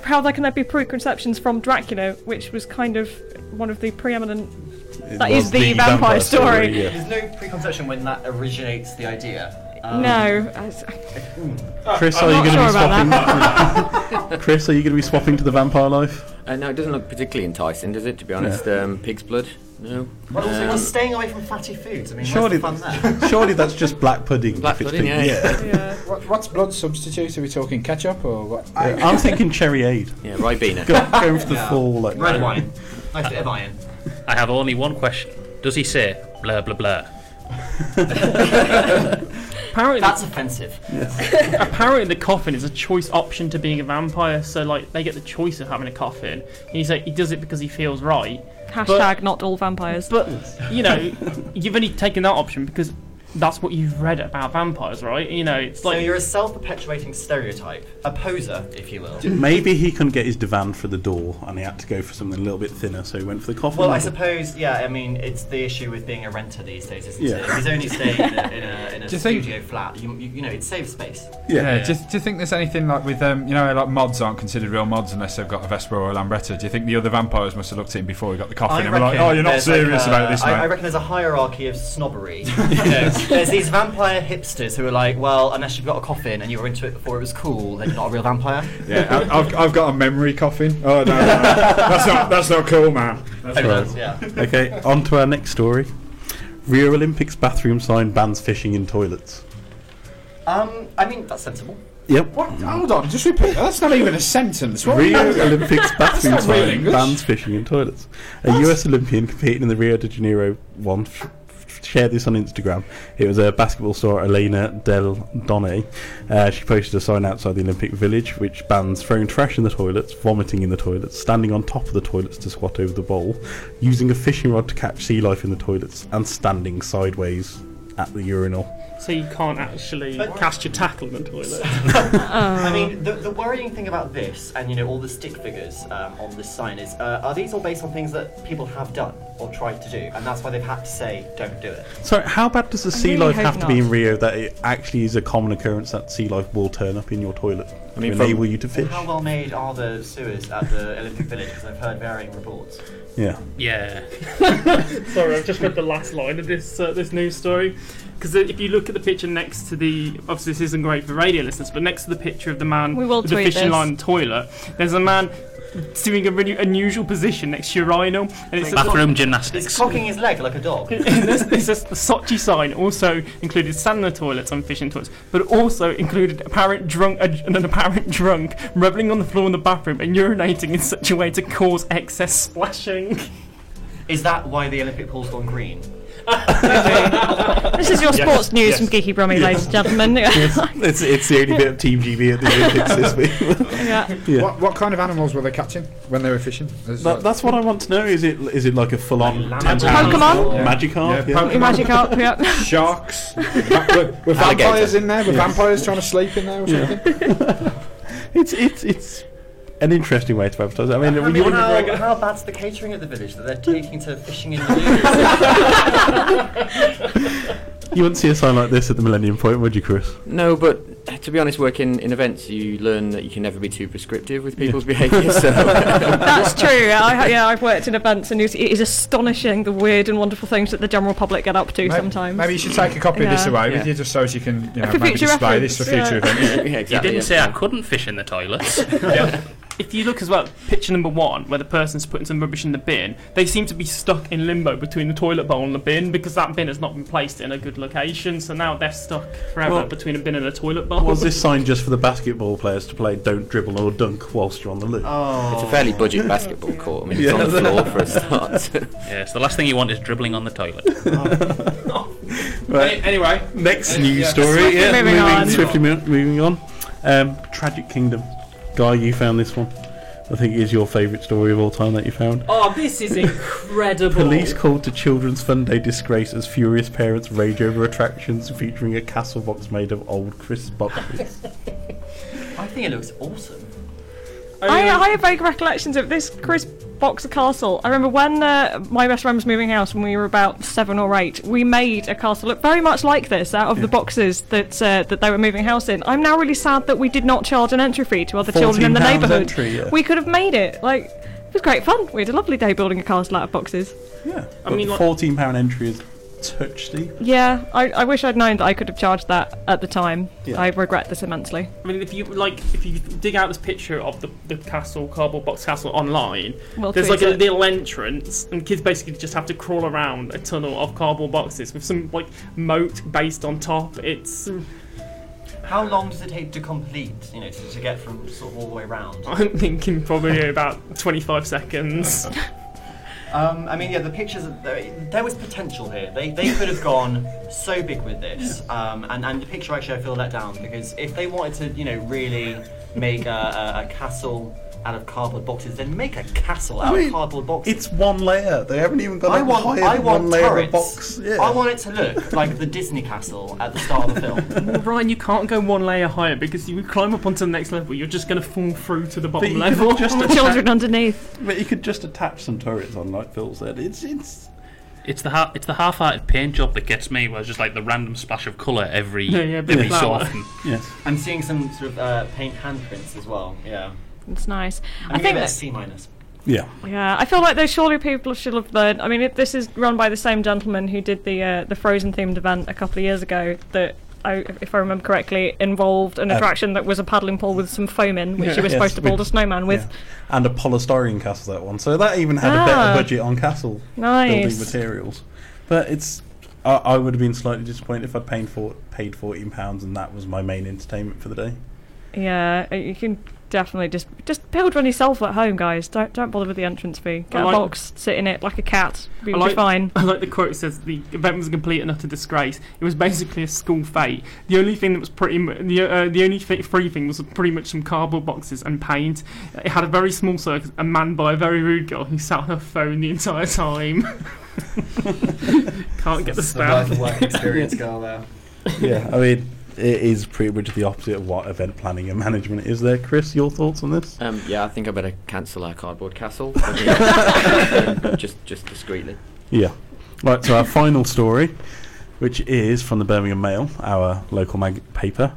Speaker 10: how there can there be preconceptions from Dracula, which was kind of one of the preeminent. that is the, vampire, story.
Speaker 9: There's no preconception when that originates the idea. Um, uh,
Speaker 10: No, I s-
Speaker 2: Chris,
Speaker 10: I'm
Speaker 2: are you
Speaker 10: not
Speaker 2: going to
Speaker 10: sure about
Speaker 2: be swapping? Chris, are you going to be swapping to the vampire life?
Speaker 7: Uh, no, it doesn't look particularly enticing, does it? To be honest, um, pig's blood. No.
Speaker 9: But also, we're
Speaker 7: Um,
Speaker 9: staying away from fatty foods. I mean,
Speaker 2: Uh, Surely,
Speaker 9: where's the fun there?
Speaker 2: surely that's just black pudding.
Speaker 7: Black
Speaker 2: if it's
Speaker 7: pudding,
Speaker 2: pink.
Speaker 7: yeah.
Speaker 5: What, what's blood substitute? Are we talking ketchup or what?
Speaker 2: Yeah. I'm thinking cherry aid.
Speaker 7: Yeah, Ribena.
Speaker 2: Go, going for the full. Like,
Speaker 9: Nice bit of iron.
Speaker 11: I have only one question. Does he say blah blah blah?
Speaker 4: Apparently,
Speaker 9: that's offensive.
Speaker 4: apparently, the coffin is a choice option to being a vampire. So like they get the choice of having a coffin. And he's like he does it because he feels right.
Speaker 10: Hashtag not all vampires.
Speaker 4: But you know, you've only taken that option because that's what you've read about vampires, right? You know, it's
Speaker 9: So
Speaker 4: like
Speaker 9: you're a self-perpetuating stereotype, a poser, if you will.
Speaker 2: Maybe he couldn't get his divan for the door, and he had to go for something a little bit thinner, so he went for the coffin.
Speaker 9: Well, I
Speaker 2: model.
Speaker 9: suppose, yeah. I mean, it's the issue with being a renter these days, isn't
Speaker 2: Yeah.
Speaker 9: it? If he's only staying in a, in a, in a
Speaker 5: Do you
Speaker 9: studio
Speaker 5: think-
Speaker 9: flat, you, you, you know, it saves space.
Speaker 5: Yeah. Do, you, do you think there's anything like with um, you know, how, like mods aren't considered real mods unless they've got a Vespa or a Lambretta? Do you think the other vampires must have looked at him before he got the coffin and were like, "Oh, you're not
Speaker 9: there's like
Speaker 5: serious
Speaker 9: a-
Speaker 5: about this,
Speaker 9: I, I
Speaker 5: mate"?
Speaker 9: reckon there's a hierarchy of snobbery. You know, there's these vampire hipsters who are like, well, unless you've got a coffin and you were into it before it was cool, then you're not a real vampire.
Speaker 5: yeah, I, I've, I've got a memory coffin. Oh no, no, no. that's not that's not cool, man. That's
Speaker 2: Right. okay, on to our next story. Rio Olympics bathroom sign bans fishing in toilets.
Speaker 9: Um, I mean, that's sensible.
Speaker 2: Yep.
Speaker 5: What? Hold on, just repeat. that. That's not even a sentence. What
Speaker 2: Rio
Speaker 5: are you-
Speaker 2: Olympics
Speaker 5: That's
Speaker 2: bathroom
Speaker 5: not real
Speaker 2: sign
Speaker 5: English.
Speaker 2: bans fishing in toilets. A US Olympian competing in the Rio de Janeiro one f- f- shared this on Instagram. It was a basketball star, Elena Del Donne. Uh, she posted a sign outside the Olympic Village which bans throwing trash in the toilets, vomiting in the toilets, standing on top of the toilets to squat over the bowl, using a fishing rod to catch sea life in the toilets, and standing sideways at the urinal.
Speaker 4: so you can't actually cast your tackle in the toilet.
Speaker 9: I mean, the, the worrying thing about this, and you know, all the stick figures um, on this sign is, uh, are these all based on things that people have done or tried to do, and that's why they've had to say, don't do it.
Speaker 2: So, how bad does the
Speaker 9: I
Speaker 2: sea
Speaker 9: really
Speaker 2: life
Speaker 9: hope
Speaker 2: have to be
Speaker 9: not.
Speaker 2: in Rio that it actually is a common occurrence that sea life will turn up in your toilet
Speaker 7: I mean,
Speaker 2: to
Speaker 7: from-
Speaker 2: enable you to fish?
Speaker 9: How well made are the sewers at the Olympic Village? Because I've heard varying reports.
Speaker 2: Yeah.
Speaker 11: Yeah.
Speaker 4: Sorry, I've just read the last line of this uh, this news story. Because if you look at the picture next to the, obviously this isn't great for radio listeners, but next to the picture of the man
Speaker 10: We will
Speaker 4: with the
Speaker 10: tweet
Speaker 4: fishing
Speaker 10: this.
Speaker 4: line toilet, there's a man doing a really unusual position next to your urinal, and it's a-
Speaker 11: Bathroom gymnastics.
Speaker 9: He's cocking his leg like a dog.
Speaker 4: this, this is the Sochi sign also included stamina toilets and fishing toilets, but also included apparent drunk uh, an apparent drunk reveling on the floor in the bathroom and urinating in such a way to cause excess splashing.
Speaker 9: Is that why the Olympic pool's gone green?
Speaker 10: This is your
Speaker 2: Yes,
Speaker 10: sports news
Speaker 2: yes.
Speaker 10: from Geeky Brummy,
Speaker 2: Yes.
Speaker 10: ladies and gentlemen.
Speaker 2: Yes, it's, it's the only bit of Team GB at the Olympics this week.
Speaker 10: yeah.
Speaker 2: Yeah.
Speaker 5: What, what kind of animals were they catching when they were fishing? There's
Speaker 2: That, that's what I want to know. Is it is it like a full on
Speaker 10: Pokemon?
Speaker 2: Magikarp?
Speaker 5: Yeah, Pokemon.
Speaker 10: Magikarp, yeah.
Speaker 5: Sharks. with with vampires in there. With
Speaker 2: Yeah.
Speaker 5: vampires trying to sleep in there or
Speaker 2: Yeah.
Speaker 5: something.
Speaker 2: It's it's it's an interesting way to advertise. it. I mean,
Speaker 9: I
Speaker 2: you
Speaker 9: mean,
Speaker 2: wouldn't-
Speaker 9: how, how bad's the catering at the village that they're taking to fishing in the news?
Speaker 2: you wouldn't see a sign like this at the Millennium Point, would you, Chris?
Speaker 7: No, but eh, to be honest, working in events, you learn that you can never be too prescriptive with people's behaviour. So
Speaker 10: That's true. Yeah, I, yeah, I've worked in events, and it is astonishing the weird and wonderful things that the general public get up to
Speaker 5: May-
Speaker 10: sometimes.
Speaker 5: Maybe you should take a copy of this
Speaker 10: Yeah.
Speaker 5: away
Speaker 7: Yeah.
Speaker 5: with you just so as you can you know,
Speaker 10: For
Speaker 5: maybe
Speaker 10: future
Speaker 5: display
Speaker 10: reference,
Speaker 5: this for future
Speaker 10: yeah.
Speaker 5: events.
Speaker 7: Yeah,
Speaker 11: you
Speaker 7: exactly,
Speaker 11: didn't
Speaker 7: yeah.
Speaker 11: say I couldn't fish in the toilets.
Speaker 4: If you look as well, picture number one, where the person's putting some rubbish in the bin, they seem to be stuck in limbo between the toilet bowl and the bin because that bin has not been placed in a good location, so now they're stuck forever
Speaker 2: Well-
Speaker 4: between a bin and a toilet bowl.
Speaker 2: Was this sign just for the basketball players to play "Don't dribble or dunk" whilst you're on the loo?
Speaker 7: it's a fairly budget basketball court. I mean,
Speaker 2: Yeah.
Speaker 7: it's on the floor for a start.
Speaker 11: yeah, so the last thing you want is dribbling on the toilet.
Speaker 2: Right.
Speaker 4: Anyway,
Speaker 2: next
Speaker 11: Uh,
Speaker 2: news
Speaker 11: yeah.
Speaker 2: story.
Speaker 11: Swiftly
Speaker 2: yeah,
Speaker 11: moving on.
Speaker 2: Swiftly mo- moving on. Um, Tragic Kingdom. Guy, you found this one. I think it is your favourite story of all time that you found.
Speaker 12: Oh, this is incredible.
Speaker 2: Police called to Children's Fun Day disgrace as furious parents rage over attractions featuring a castle box made of old crisp boxes.
Speaker 9: I think it looks awesome.
Speaker 5: Oh,
Speaker 10: I, I have vague recollections of this Chris Boxer Castle. I remember when uh, my best friend was moving house when we were about seven or eight. We made a castle look very much like this out of the boxes that uh, that they were moving house in. I'm now really sad that we did not charge an entry fee to other children in the
Speaker 2: £14
Speaker 10: neighbourhood.
Speaker 2: entry, yeah.
Speaker 10: We could have made it like it was great fun. We had a lovely day building a castle out of boxes.
Speaker 2: yeah.
Speaker 4: I
Speaker 2: But
Speaker 4: mean, like-
Speaker 2: fourteen pound entry is touch steep.
Speaker 10: Yeah, I, I wish I'd known that I could have charged that at the time.
Speaker 2: Yeah.
Speaker 10: I regret this immensely.
Speaker 4: I mean, if you like, if you dig out this picture of the, the castle, cardboard box castle online,
Speaker 10: We'll
Speaker 4: there's like
Speaker 10: tweet
Speaker 4: a
Speaker 10: it.
Speaker 4: little entrance, and kids basically just have to crawl around a tunnel of cardboard boxes with some like moat based on top. It's
Speaker 10: Mm.
Speaker 9: How long does it take to complete, you know, to, to get from sort of all the way round?
Speaker 4: I'm thinking probably about 25 seconds.
Speaker 9: Um, I mean, yeah, the pictures. There there was potential here. They, they could have gone so big with this. Um, and and the picture actually, I feel let down because if they wanted to, you know, really make a, a, a castle out of cardboard boxes, then make a castle out
Speaker 2: I mean,
Speaker 9: of cardboard boxes.
Speaker 2: It's one layer. They haven't even got
Speaker 9: I
Speaker 2: a
Speaker 9: want,
Speaker 2: higher
Speaker 9: I want
Speaker 2: one layer of
Speaker 9: turrets.
Speaker 2: box. Yeah.
Speaker 9: I want it to look like the Disney castle at the start of the film.
Speaker 4: Ryan, you can't go one layer higher because you climb up onto the next level, you're just going to fall through to the bottom
Speaker 2: you could
Speaker 4: level.
Speaker 2: just The attack- children
Speaker 10: underneath.
Speaker 2: But you could just attach some turrets on, like Phil said. It's it's
Speaker 11: It's the ha- it's the half-hearted paint job that gets me, where it's just like the random splash of colour every
Speaker 9: Yeah, yeah, a bit of
Speaker 11: every so
Speaker 9: flower.
Speaker 11: often.
Speaker 2: Yes.
Speaker 9: I'm seeing some sort of uh, paint handprints as well. Yeah.
Speaker 10: It's nice.
Speaker 9: I'm
Speaker 10: I think
Speaker 9: that's
Speaker 10: that-
Speaker 9: C minus.
Speaker 2: Yeah.
Speaker 10: Yeah, I feel like those surely people should have learned. I mean, it, this is run by the same gentleman who did the uh, the Frozen themed event a couple of years ago that. I, if I remember correctly, involved an
Speaker 2: Um,
Speaker 10: attraction that was a paddling pool with some foam in, which you were
Speaker 2: Yes,
Speaker 10: supposed to build
Speaker 2: which-
Speaker 10: a snowman with.
Speaker 2: yeah. and a polystyrene castle that one. So that even had a better
Speaker 10: Ah.
Speaker 2: budget on castle building
Speaker 10: Nice.
Speaker 2: materials. But it's I, I would have been slightly disappointed if I paid for paid fourteen pounds and that was my main entertainment for the day.
Speaker 10: Yeah. uh you can definitely just just build one yourself at home, guys. Don't don't bother with the entrance fee. Get
Speaker 4: I like-
Speaker 10: a box, sit in it like a cat. Be,
Speaker 4: I
Speaker 10: be
Speaker 4: like,
Speaker 10: fine.
Speaker 4: I like the quote that says the event was a complete and utter disgrace. It was basically a school fete. The only thing that was pretty mu- the uh, the only th- free thing was pretty much some cardboard boxes and paint. It had a very small circus, a man by a very rude girl who sat on her phone the entire time. Can't get the
Speaker 9: It's the work-
Speaker 4: spell.
Speaker 9: work experience girl there.
Speaker 2: yeah, I mean, it is pretty much the opposite of what event planning and management is. There, Chris, your thoughts on this?
Speaker 7: Um, yeah, I think I better cancel our cardboard castle. Um, just, just discreetly.
Speaker 2: Yeah. Right, so our final story, which is from the Birmingham Mail, our local mag- paper,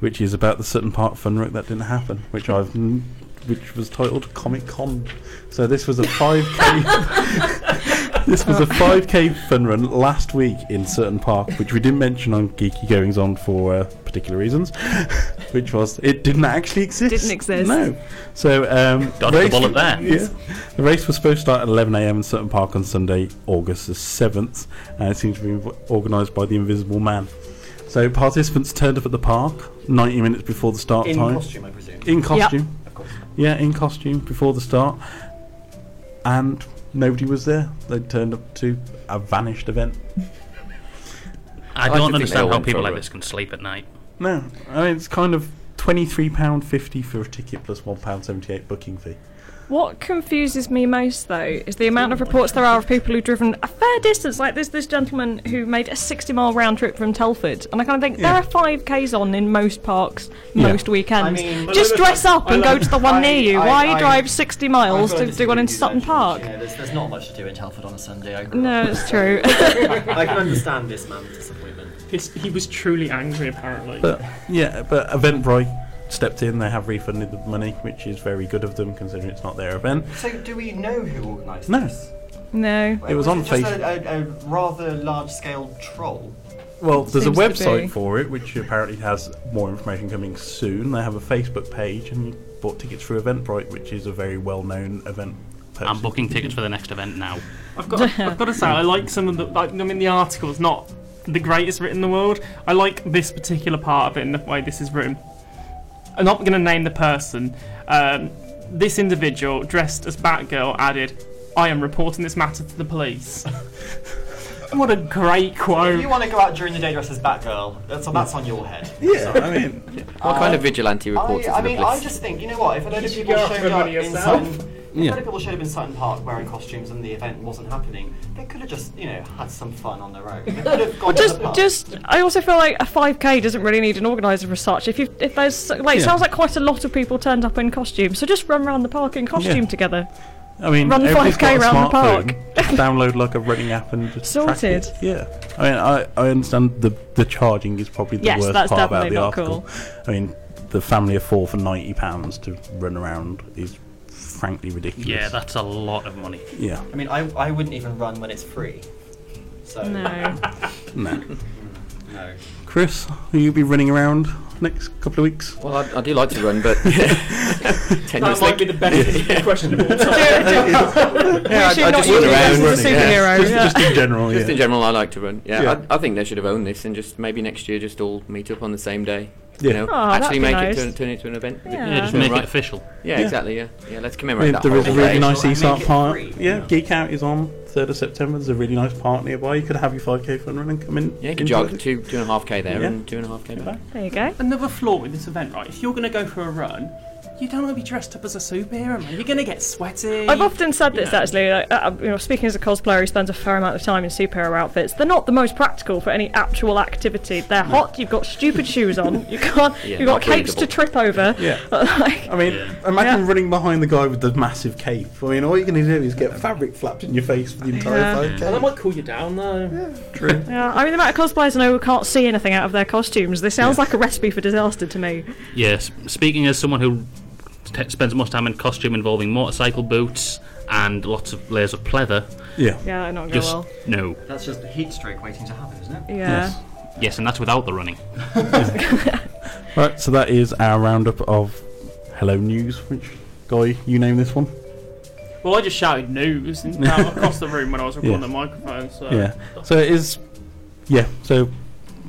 Speaker 2: which is about the Sutton Park fun run that didn't happen, which I've n- which was titled Comic Con. So this was a 5k This was a 5k fun run last week in Sutton Park, which we didn't mention on Geeky Goings On for uh, particular reasons, which was it didn't actually exist.
Speaker 10: Didn't exist.
Speaker 2: No. So um
Speaker 11: Dodged the
Speaker 2: race-
Speaker 11: bullet there.
Speaker 2: Yeah. The race was supposed to start at 11am in Sutton Park on Sunday, August the 7th, and it seems to be inv- organised by the Invisible Man. So participants turned up at the park 90 minutes before the start
Speaker 9: In
Speaker 2: time.
Speaker 9: costume, I presume.
Speaker 2: In
Speaker 9: Yep.
Speaker 2: costume.
Speaker 9: Of course.
Speaker 2: Yeah, in costume before the start. And nobody was there. They turned up to a vanished event.
Speaker 11: I
Speaker 2: I
Speaker 11: don't
Speaker 2: should think they
Speaker 11: understand
Speaker 2: all
Speaker 11: how
Speaker 2: went
Speaker 11: people
Speaker 2: for
Speaker 11: like
Speaker 2: it.
Speaker 11: this can sleep at night.
Speaker 2: No, I mean, it's kind of £23.50 for a ticket plus £1.78 booking fee.
Speaker 10: What confuses me most, though, is the amount of reports there are of people who've driven a fair distance. Like there's this gentleman who made a 60 mile round trip from Telford, and I kind of think
Speaker 6: Yeah.
Speaker 10: there are 5Ks on in most parks,
Speaker 6: Yeah.
Speaker 10: most weekends.
Speaker 6: I mean- But
Speaker 10: Just
Speaker 6: look at
Speaker 10: dress
Speaker 6: that.
Speaker 10: up
Speaker 6: I
Speaker 10: and go
Speaker 6: like-
Speaker 10: to the one
Speaker 6: I-
Speaker 10: near you.
Speaker 6: I-
Speaker 10: Why
Speaker 6: I-
Speaker 10: drive 60 miles
Speaker 9: I've got
Speaker 10: to
Speaker 9: to
Speaker 10: do one in Sutton Park?
Speaker 9: Yeah, there's, there's not much to do in Telford on a Sunday. I grew
Speaker 10: No,
Speaker 9: up.
Speaker 10: it's true.
Speaker 9: I can understand this man's disappointment.
Speaker 4: It's, he was truly angry, apparently.
Speaker 2: But yeah, but Eventbrite stepped in. They have refunded the money, which is very good of them considering it's not their event.
Speaker 9: So, do we know who organised
Speaker 2: No.
Speaker 9: this?
Speaker 10: No.
Speaker 2: It was on
Speaker 9: just
Speaker 2: Facebook.
Speaker 9: A, a, a rather large-scale troll.
Speaker 2: Well, there's a
Speaker 9: Seems to be.
Speaker 2: website for it, which apparently has more information coming soon. They have a Facebook page, and you bought tickets through Eventbrite, which is a very well-known event.
Speaker 11: I'm booking tickets for the next event now.
Speaker 4: I've got, I've got to say, I like some of the. Like, I mean, the article's not the greatest written in the world. I like this particular part of it and the way this is written. I'm not going to name the person. Um, this individual, dressed as Batgirl, added, "I am reporting this matter to the police." what a great
Speaker 9: If
Speaker 4: quote!
Speaker 9: you want to go out during the day dressed as Batgirl, that's, that's on your head. Um,
Speaker 2: Yeah, I mean,
Speaker 7: What kind of vigilante reports
Speaker 9: I,
Speaker 7: is
Speaker 9: I
Speaker 7: the
Speaker 9: mean, I
Speaker 7: police?
Speaker 9: just think you know what? If a load of
Speaker 4: You should
Speaker 9: people
Speaker 4: go after
Speaker 9: showed up
Speaker 4: everybody
Speaker 9: in
Speaker 4: yourself.
Speaker 9: Sutton, if a
Speaker 7: Yeah.
Speaker 9: load of people showed up in Sutton Park wearing costumes and the event wasn't happening, they could have just you know had some fun on their own. They could have
Speaker 10: Well,
Speaker 9: gone to
Speaker 10: just,
Speaker 9: the pub.
Speaker 10: just. I also feel like a 5k doesn't really need an organizer for such. If you, if there's like, it
Speaker 2: Yeah.
Speaker 10: sounds like quite a lot of people turned up in costume. So just run around the park in costume
Speaker 2: Yeah.
Speaker 10: together.
Speaker 2: I mean,
Speaker 10: run
Speaker 2: everybody's
Speaker 10: 5k
Speaker 2: got a
Speaker 10: around the park.
Speaker 2: smartphone. Just download like a running app and just track
Speaker 10: Sorted.
Speaker 2: it. Yeah, I mean, I, I understand the the charging is probably the
Speaker 10: Yes,
Speaker 2: worst
Speaker 10: that's
Speaker 2: part about
Speaker 10: definitely
Speaker 2: the
Speaker 10: not
Speaker 2: article.
Speaker 10: cool.
Speaker 2: I mean, the family of four for ninety pounds to run around is frankly ridiculous.
Speaker 11: Yeah, that's a lot of money.
Speaker 2: Yeah.
Speaker 9: I mean, I, I wouldn't even run when it's free. So
Speaker 10: No.
Speaker 2: No.
Speaker 9: no.
Speaker 2: Chris, will you be running around next couple of weeks?
Speaker 7: Well, I, I do like to run, but
Speaker 4: That might be the best question of all time.
Speaker 7: I, I just run around.
Speaker 2: yeah. Just- just in general,
Speaker 7: Just
Speaker 2: yeah.
Speaker 7: in general, I like to run. Yeah,
Speaker 2: Yeah.
Speaker 7: I, I think they should have owned this and just maybe next year just all meet up on the same day. You
Speaker 10: Aw,
Speaker 7: know,
Speaker 10: Oh, that'd
Speaker 7: actually
Speaker 10: be
Speaker 7: make
Speaker 10: nice.
Speaker 7: it turn, turn it to an event.
Speaker 10: Yeah. Yeah, just make it official.
Speaker 7: Yeah,
Speaker 2: Yeah.
Speaker 7: exactly. Yeah, yeah. Let's
Speaker 2: I
Speaker 7: commemorate
Speaker 2: mean,
Speaker 7: that.
Speaker 2: there is a
Speaker 7: holiday.
Speaker 2: really nice nice ESOP part. Yeah, Geek Out is on 3rd of September. There's a really nice park nearby. You could have your 5k fun run and come in.
Speaker 7: Yeah,
Speaker 2: enjoy
Speaker 7: you can jog
Speaker 2: it.
Speaker 7: two two and a half k there
Speaker 2: Yeah.
Speaker 7: and two and a half k back.
Speaker 10: There you go.
Speaker 4: Another flaw with this event, right? If you're going to go for a run, you don't want to be dressed up as a superhero, man. You're going to get sweaty.
Speaker 10: I've often said
Speaker 4: you
Speaker 10: this
Speaker 4: know.
Speaker 10: actually. Like, uh, you know, speaking as a cosplayer who spends a fair amount of time in superhero outfits, they're not the most practical for any actual activity. They're hot. You've got stupid shoes on. You can't.
Speaker 2: Yeah,
Speaker 10: you've got
Speaker 2: not
Speaker 10: capes
Speaker 2: breathable.
Speaker 10: to trip over.
Speaker 2: Yeah.
Speaker 10: Like,
Speaker 2: I mean, imagine running behind the guy with the massive cape. I mean, all you're going to do is get fabric flapped in your face for the
Speaker 10: uh,
Speaker 2: entire
Speaker 4: Yeah.
Speaker 2: 5k.
Speaker 4: Well, that might cool you down, though.
Speaker 2: True.
Speaker 10: yeah, I mean, the amount of cosplayers I know who can't see anything out of their costumes. This sounds like a recipe for disaster to me.
Speaker 11: Yes, speaking as someone who t- spends much time in costume involving motorcycle boots and lots of layers of pleather.
Speaker 2: Yeah.
Speaker 10: Yeah, not
Speaker 11: just no.
Speaker 9: That's just a heat stroke waiting to happen, isn't it?
Speaker 10: Yeah.
Speaker 11: Yes. Yes, and that's without the running.
Speaker 2: Right, so that is our roundup of Hello News. Which guy you name this one?
Speaker 4: Well, I just shouted news and out across the room when I was recording
Speaker 2: Yeah.
Speaker 4: the microphone. So
Speaker 2: yeah. So it is. Yeah. So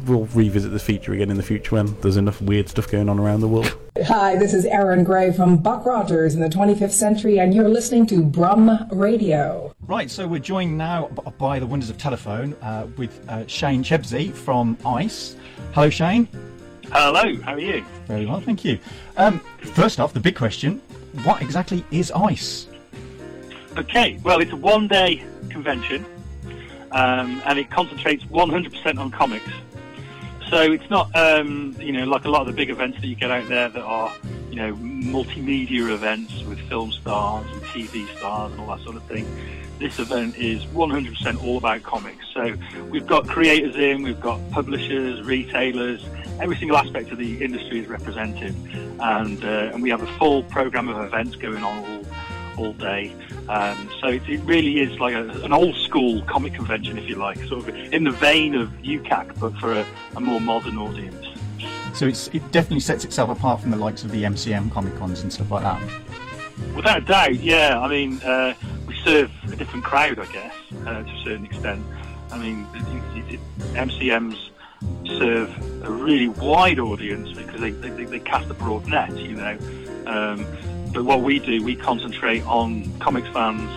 Speaker 2: we'll revisit this feature again in the future when there's enough weird stuff going on around the world.
Speaker 13: Hi, this is Aaron Gray from Buck Rogers in the 25th Century, and you're listening to Brum Radio.
Speaker 14: Right, so we're joined now b- by the wonders of telephone uh, with uh, Shane Chebsey from ICE. Hello, Shane.
Speaker 15: Hello, how are you?
Speaker 14: Very well, thank you. Um, first off, the big question what exactly is ICE?
Speaker 15: Okay, well, it's a one day convention um, and it concentrates 100% on comics. So it's not, um, you know, like a lot of the big events that you get out there that are, you know, multimedia events with film stars and TV stars and all that sort of thing. This event is 100% all about comics. So we've got creators in, we've got publishers, retailers, every single aspect of the industry is represented. And, uh, and we have a full program of events going on all all day. Um, so it, it really is like a, an old school comic convention, if you like, sort of in the vein of UCAC, but for a, a more modern audience.
Speaker 14: So it's, it definitely sets itself apart from the likes of the MCM Comic Cons and stuff like that.
Speaker 15: Without a doubt, yeah. I mean, uh, we serve a different crowd, I guess, uh, to a certain extent. I mean, it, it, it, MCMs serve a really wide audience because they, they, they cast a broad net, you know. Um, but what we do, we concentrate on comics fans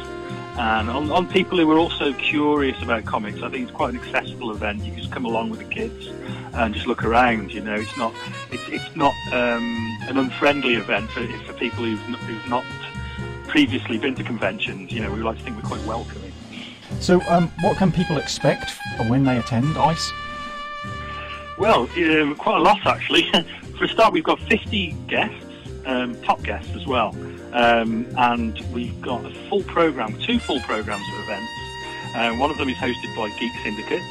Speaker 15: and on, on people who are also curious about comics. I think it's quite an accessible event. You can just come along with the kids and just look around. You know, it's not it's, it's not um, an unfriendly event for, for people who've, n- who've not previously been to conventions. You know, we like to think we're quite welcoming.
Speaker 14: So, um, what can people expect when they attend ICE?
Speaker 15: Well, um, quite a lot actually. For a start, we've got 50 guests, um, top guests as well, um, and we've got a full program, two full programs of events. Uh, one of them is hosted by Geek Syndicate,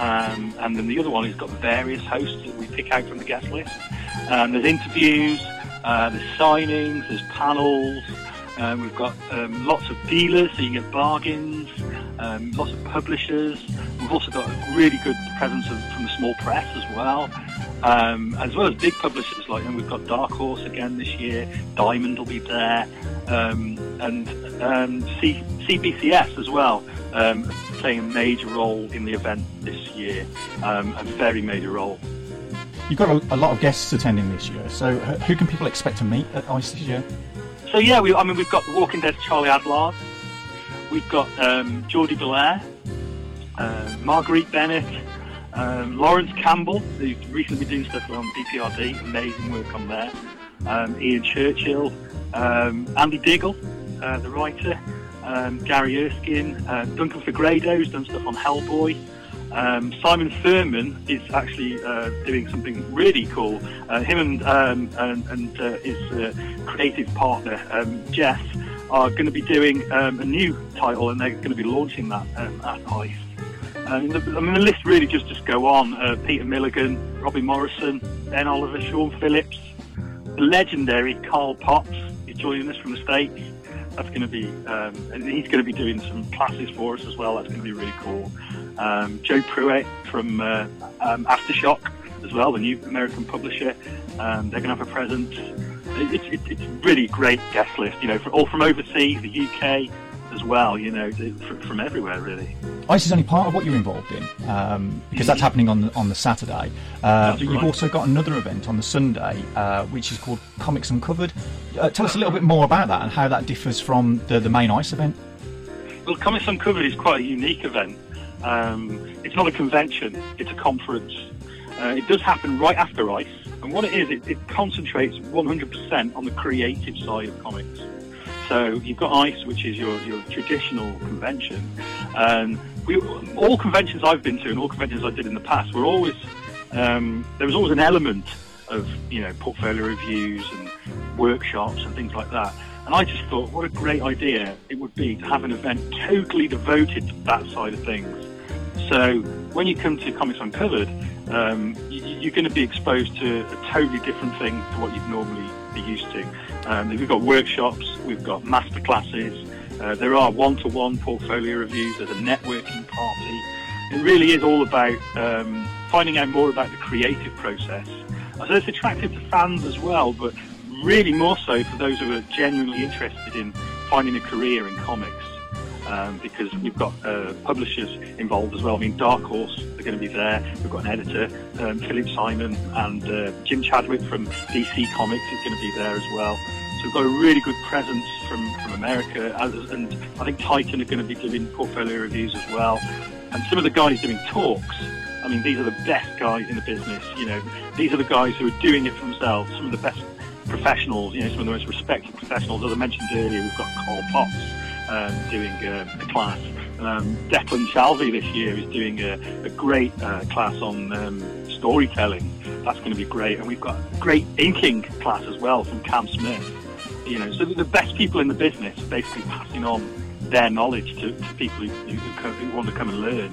Speaker 15: um, and then the other one has got various hosts that we pick out from the guest list. Um, there's interviews, uh, there's signings, there's panels. Um, we've got um, lots of dealers, so you can get bargains. Um, lots of publishers. We've also got a really good presence of, from the small press as well, um, as well as big publishers like. And we've got Dark Horse again this year. Diamond will be there, um, and um, C- CBCS as well, um, playing a major role in the event this year, um, a very major role.
Speaker 14: You've got a, a lot of guests attending this year, so uh, who can people expect to meet at ICE this year?
Speaker 15: So yeah, we, I mean, we've got The Walking Dead's Charlie Adlard, we've got um, Geordie Belair, uh, Marguerite Bennett, um, Lawrence Campbell, who's recently been doing stuff on BPRD, amazing work on there, um, Ian Churchill, um, Andy Diggle, uh, the writer, um, Gary Erskine, uh, Duncan Fagredo, who's done stuff on Hellboy. Um, Simon Thurman is actually uh, doing something really cool. Uh, him and, um, and, and uh, his uh, creative partner, um, Jeff, are going to be doing um, a new title and they're going to be launching that um, at ICE. Um, the, I mean, the list really just, just go on. Uh, Peter Milligan, Robbie Morrison, Ben Oliver, Sean Phillips, the legendary Carl Potts is joining us from the States. That's going to be, um, and he's going to be doing some classes for us as well. That's going to be really cool. Um, Joe Pruitt from uh, um, Aftershock as well, the new American publisher. Um, they're going to have a presence. It, it, it's really great guest list, you know, for all from overseas, the UK, as well, you know, th- fr- from everywhere really.
Speaker 14: ICE is only part of what you're involved in um, because that's happening on the, on the Saturday. Uh, but you've
Speaker 15: right.
Speaker 14: also got another event on the Sunday, uh, which is called Comics Uncovered. Uh, tell us a little bit more about that and how that differs from the, the main ICE event.
Speaker 15: Well, Comics Uncovered is quite a unique event. Um, it's not a convention; it's a conference. Uh, it does happen right after ICE, and what it is, it, it concentrates 100% on the creative side of comics. So you've got ICE, which is your, your traditional convention. Um, we, all conventions I've been to and all conventions I did in the past were always um, there was always an element of you know portfolio reviews and workshops and things like that. And I just thought, what a great idea it would be to have an event totally devoted to that side of things. So when you come to Comics Uncovered, um, you, you're going to be exposed to a totally different thing to what you'd normally be used to. Um, we've got workshops, we've got master classes, uh, there are one-to-one portfolio reviews, there's a networking party. It really is all about um, finding out more about the creative process. Uh, So it's attractive to fans as well, but really more so for those who are genuinely interested in finding a career in comics um, because we've got uh, publishers involved as well. I mean, Dark Horse are going to be there. We've got an editor, um, Philip Simon, and uh, Jim Chadwick from DC Comics is going to be there as well. So we've got a really good presence from, from America, as, and I think Titan are going to be doing portfolio reviews as well. And some of the guys doing talks, I mean, these are the best guys in the business. You know, these are the guys who are doing it for themselves. Some of the best professionals, you know, some of the most respected professionals. As I mentioned earlier, we've got Carl Potts um, doing um, a class. Um, Declan Shalvey this year is doing a, a great uh, class on um, storytelling. That's going to be great. And we've got a great inking class as well from Cam Smith. You know, so the best people in the business are basically passing on their knowledge to, to people who, who, co- who want to come and learn.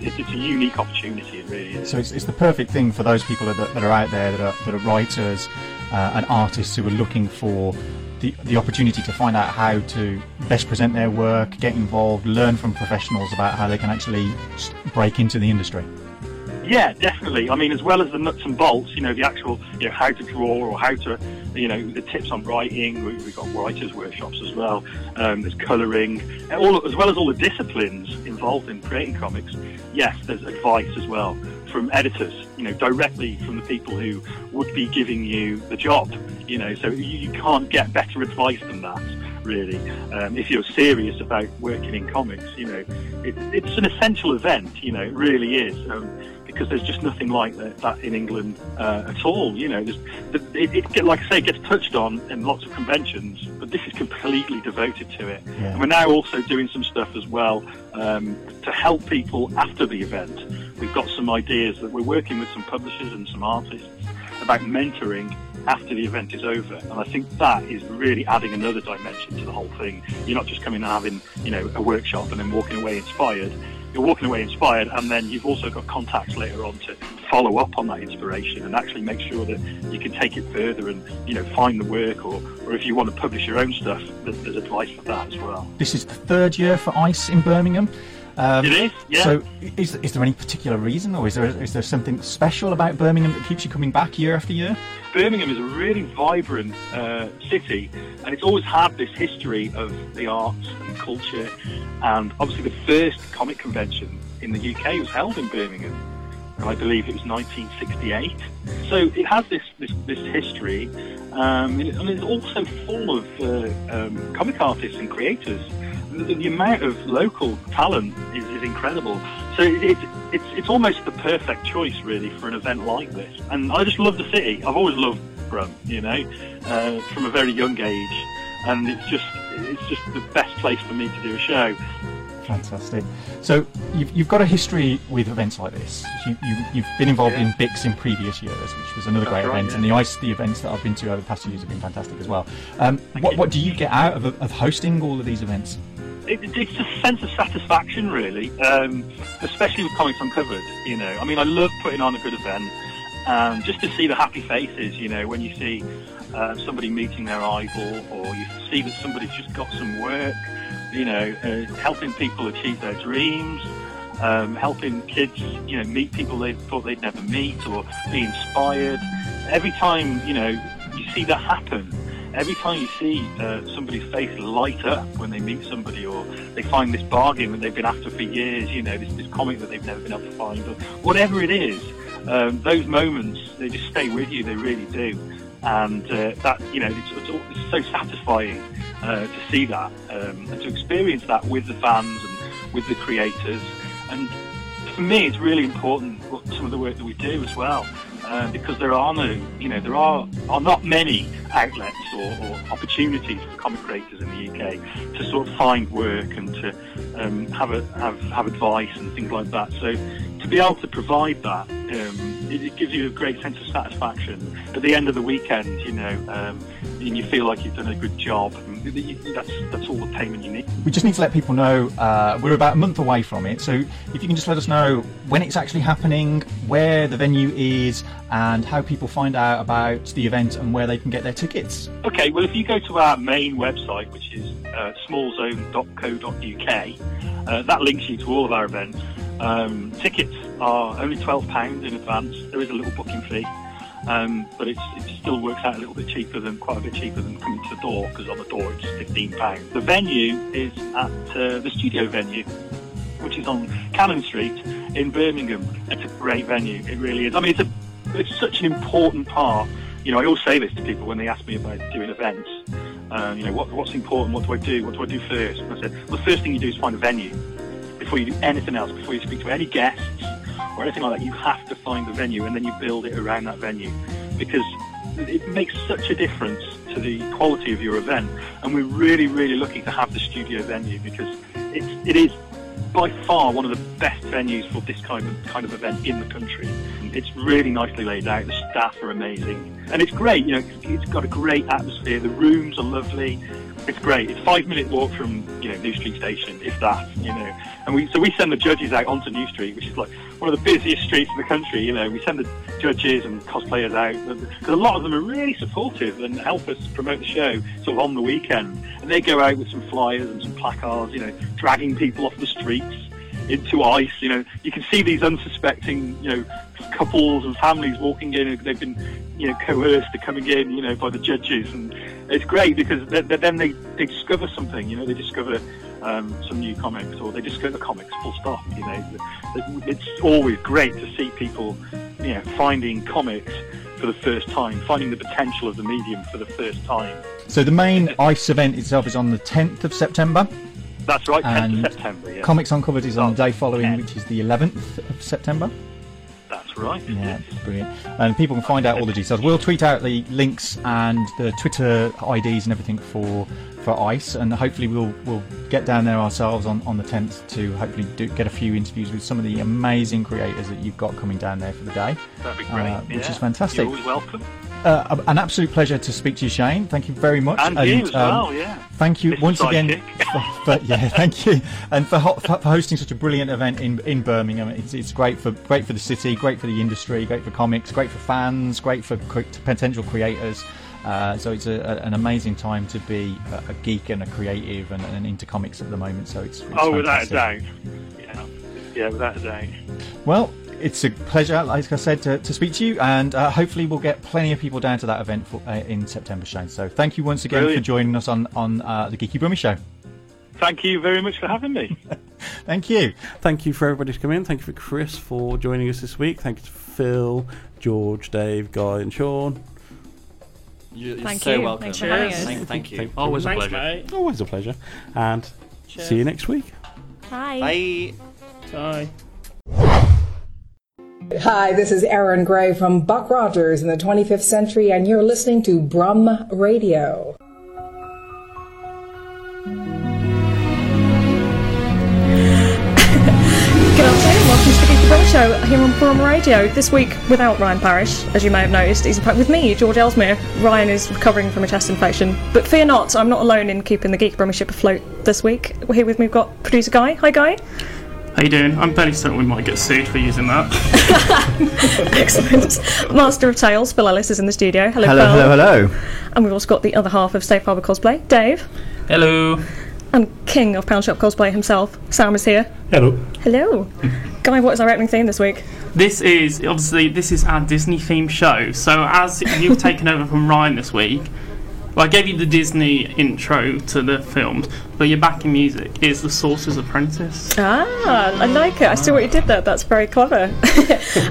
Speaker 15: It's, it's a unique opportunity, it really is.
Speaker 14: So it's, it's the perfect thing for those people that, that are out there that are, that are writers uh, and artists who are looking for the, the opportunity to find out how to best present their work, get involved, learn from professionals about how they can actually s- break into the industry.
Speaker 15: Yeah, definitely. I mean, as well as the nuts and bolts, you know, the actual, you know, how to draw or how to, you know, the tips on writing. We- We've got writers' workshops as well. Um, there's colouring, And all as well as all the disciplines involved in creating comics. Yes, there's advice as well from editors, you know, directly from the people who would be giving you the job. You know, so you, you can't get better advice than that really. Um, if you're serious about working in comics, you know, it, it's an essential event, you know, it really is. Um, because there's just nothing like that, that in England uh, at all. You know, there's, the- it, it, get- like I say, it gets touched on in lots of conventions, but this is completely devoted to it.
Speaker 14: Yeah.
Speaker 15: And we're now also doing some stuff as well um, to help people after the event. We've got some ideas that we're working with some publishers and some artists about mentoring after the event is over. And I think that is really adding another dimension to the whole thing. You're not just coming and having, you know, a workshop and then walking away inspired. You're walking away inspired and then you've also got contacts later on to follow up on that inspiration and actually make sure that you can take it further and, you know, find the work or, or if you want to publish your own stuff, there's, there's advice for that as well.
Speaker 14: This is the third year for ICE in Birmingham. Um,
Speaker 15: It is, yeah.
Speaker 14: So, i- is, is there any particular reason, or is there is there something special about Birmingham that keeps you coming back year after year?
Speaker 15: Birmingham is a really vibrant uh, city, and it's always had this history of the arts and culture. And obviously, the first comic convention in the UK was held in Birmingham, and I believe it was 1968. So it has this this, this history, um, and it- and it's also full of uh, um, comic artists and creators. The, the amount of local talent is, is incredible. So it, it, it's it's almost the perfect choice, really, for an event like this. And I just love the city. I've always loved Brum, you know, uh, from a very young age, and it's just it's just the best place for me to do a show.
Speaker 14: Fantastic. So you've, you've got a history with events like this. You, you, you've been involved in BIX in previous years, which was another
Speaker 15: That's
Speaker 14: great
Speaker 15: right,
Speaker 14: event,
Speaker 15: yeah.
Speaker 14: and the ice the events that I've been to over the past few years have been fantastic as well. Um, what, what do you get out of, of hosting all of these events?
Speaker 15: it, it's a sense of satisfaction, really, um, especially with Comics Uncovered. You know, I mean, I love putting on a good event, um, just to see the happy faces. You know, when you see uh, somebody meeting their idol, or you see that somebody's just got some work. You know, uh, helping people achieve their dreams, um, helping kids, you know, meet people they thought they'd never meet, or be inspired. Every time, you know, you see that happen, every time you see uh, somebody's face light up when they meet somebody or they find this bargain that they've been after for years, you know, this, this comic that they've never been able to find, or whatever it is, um, those moments, they just stay with you, they really do. And uh, that, you know, it's, it's, all- it's so satisfying uh, to see that um, and to experience that with the fans and with the creators. And for me, it's really important what some of the work that we do as well, uh, because there are no, you know, there are are not many outlets or, or opportunities for comic creators in the UK to sort of find work and to um, have a, have have advice and things like that. So to be able to provide that, um, it, it gives you a great sense of satisfaction at the end of the weekend. You know, um, and you feel like you've done a good job. And you- that's that's all the payment you need.
Speaker 14: We just need to let people know uh, we're about a month away from it. So if you can just let us know when it's actually happening, where the venue is, and how people find out about the event and where they can get their tickets.
Speaker 15: Okay, well, if you go to our main website, which is uh, smallzone.co.uk, uh, that links you to all of our events. Um, tickets are only £12 in advance. There is a little booking fee, um, but it's, it still works out a little bit cheaper than, quite a bit cheaper than coming to the door, because on the door it's £15. The venue is at uh, the studio venue, which is on Cannon Street in Birmingham. It's a great venue. It really is. I mean, it's a, it's such an important part. You know, I always say this to people when they ask me about doing events. Um, you know, what, what's important? What do I do? What do I do first? And I said, well, the first thing you do is find a venue. Before you do anything else, before you speak to any guests or anything like that, you have to find the venue and then you build it around that venue because it makes such a difference to the quality of your event. And we're really, really looking to have the studio venue because it's, it is by far one of the best venues for this kind of, kind of event in the country. It's really nicely laid out. The staff are amazing, and it's great. You know, it's- it's got a great atmosphere. The rooms are lovely. It's great. It's five minute walk from you know New Street Station, if that. You know, and we so we send the judges out onto New Street, which is like one of the busiest streets in the country. You know, we send the judges and cosplayers out because a lot of them are really supportive and help us promote the show sort of on the weekend. And they go out with some flyers and some placards, you know, dragging people off the streets into ice. You know, you can see these unsuspecting, you know, couples and families walking in. They've been, you know, coerced to coming in, you know, by the judges, and it's great because th th then they, they discover something. You know, they discover um, some new comics or they discover comics. Full stop. You know, It- it's always great to see people, you know, finding comics for the first time, finding the potential of the medium for the first time.
Speaker 14: So the main ICE event itself is on the 10th of September.
Speaker 15: That's right, 10th
Speaker 14: And
Speaker 15: of September. Yeah.
Speaker 14: Comics Uncovered is on the day following, which is the 11th of September.
Speaker 15: That's right.
Speaker 14: Yeah, brilliant. And people can find out all the details. We'll tweet out the links and the Twitter IDs and everything for for ICE, and hopefully we'll we'll get down there ourselves on, on the 10th to hopefully do, get a few interviews with some of the amazing creators that you've got coming down there for the day.
Speaker 15: That'd be great.
Speaker 14: uh, which
Speaker 15: yeah.
Speaker 14: is fantastic.
Speaker 15: You're always welcome.
Speaker 14: Uh, an absolute pleasure to speak to you, Shane. Thank you very much. um,
Speaker 15: And you as well, yeah.
Speaker 14: Thank you
Speaker 15: Mr.
Speaker 14: once again. For, for, yeah, thank you, and for, ho- for for hosting such a brilliant event in, in Birmingham. It's, it's great for great for the city, great for the industry, great for comics, great for fans, great for cre- potential creators. Uh, so it's a, a, an amazing time to be a, a geek and a creative and, and into comics at the moment. So it's, it's
Speaker 15: Oh, without a
Speaker 14: fantastic.
Speaker 15: doubt. Yeah, yeah, without a doubt.
Speaker 14: Well, it's a pleasure, like I said, to, to speak to you, and uh, hopefully we'll get plenty of people down to that event for, uh, in September, Shane. So thank you once again
Speaker 15: Brilliant.
Speaker 14: for joining us on on uh, the Geeky Brummy Show.
Speaker 15: Thank you very much for having me.
Speaker 14: Thank you.
Speaker 2: Thank you for everybody to come in. Thank you for Chris for joining us this week. Thank you to Phil, George, Dave, Guy, and Sean.
Speaker 7: You're
Speaker 10: Thank so you. welcome. Thanks for having us.
Speaker 7: Thank, thank you.
Speaker 11: Always a Thanks, pleasure. mate.
Speaker 2: Always a pleasure. And
Speaker 11: Cheers.
Speaker 2: see you next week.
Speaker 6: Hi.
Speaker 7: Bye.
Speaker 4: Bye.
Speaker 13: Hi, this is Aaron Gray from Buck Rogers in the 25th Century, and you're listening to Brum Radio.
Speaker 10: Good afternoon, welcome to the Geeky Brum Show here on Brum Radio. This week, without Ryan Parrish, as you may have noticed, he's in fact with me, George Ellesmere. Ryan is recovering from a chest infection, but fear not, I'm not alone in keeping the Geeky Brummy ship afloat this week. Here with me, we've got producer Guy. Hi, Guy.
Speaker 4: How you doing? I'm fairly certain we might get sued for using that.
Speaker 10: Excellent. Master of Tales, Phil Ellis, is in the studio. Hello, Phil.
Speaker 14: hello.
Speaker 10: And we've also got the other half of Safe Harbour Cosplay, Dave,
Speaker 11: Hello.
Speaker 10: and King of Pound Shop Cosplay himself, Sam is here.
Speaker 11: Hello.
Speaker 10: Hello. Guy, what is our opening theme this week?
Speaker 4: This is obviously this is our Disney themed show. So as you've taken over from Ryan this week, Well, I gave you the Disney intro to the films, but your backing music is The Sorcerer's Apprentice.
Speaker 10: Ah, I like it. I see what you did there. That's very clever.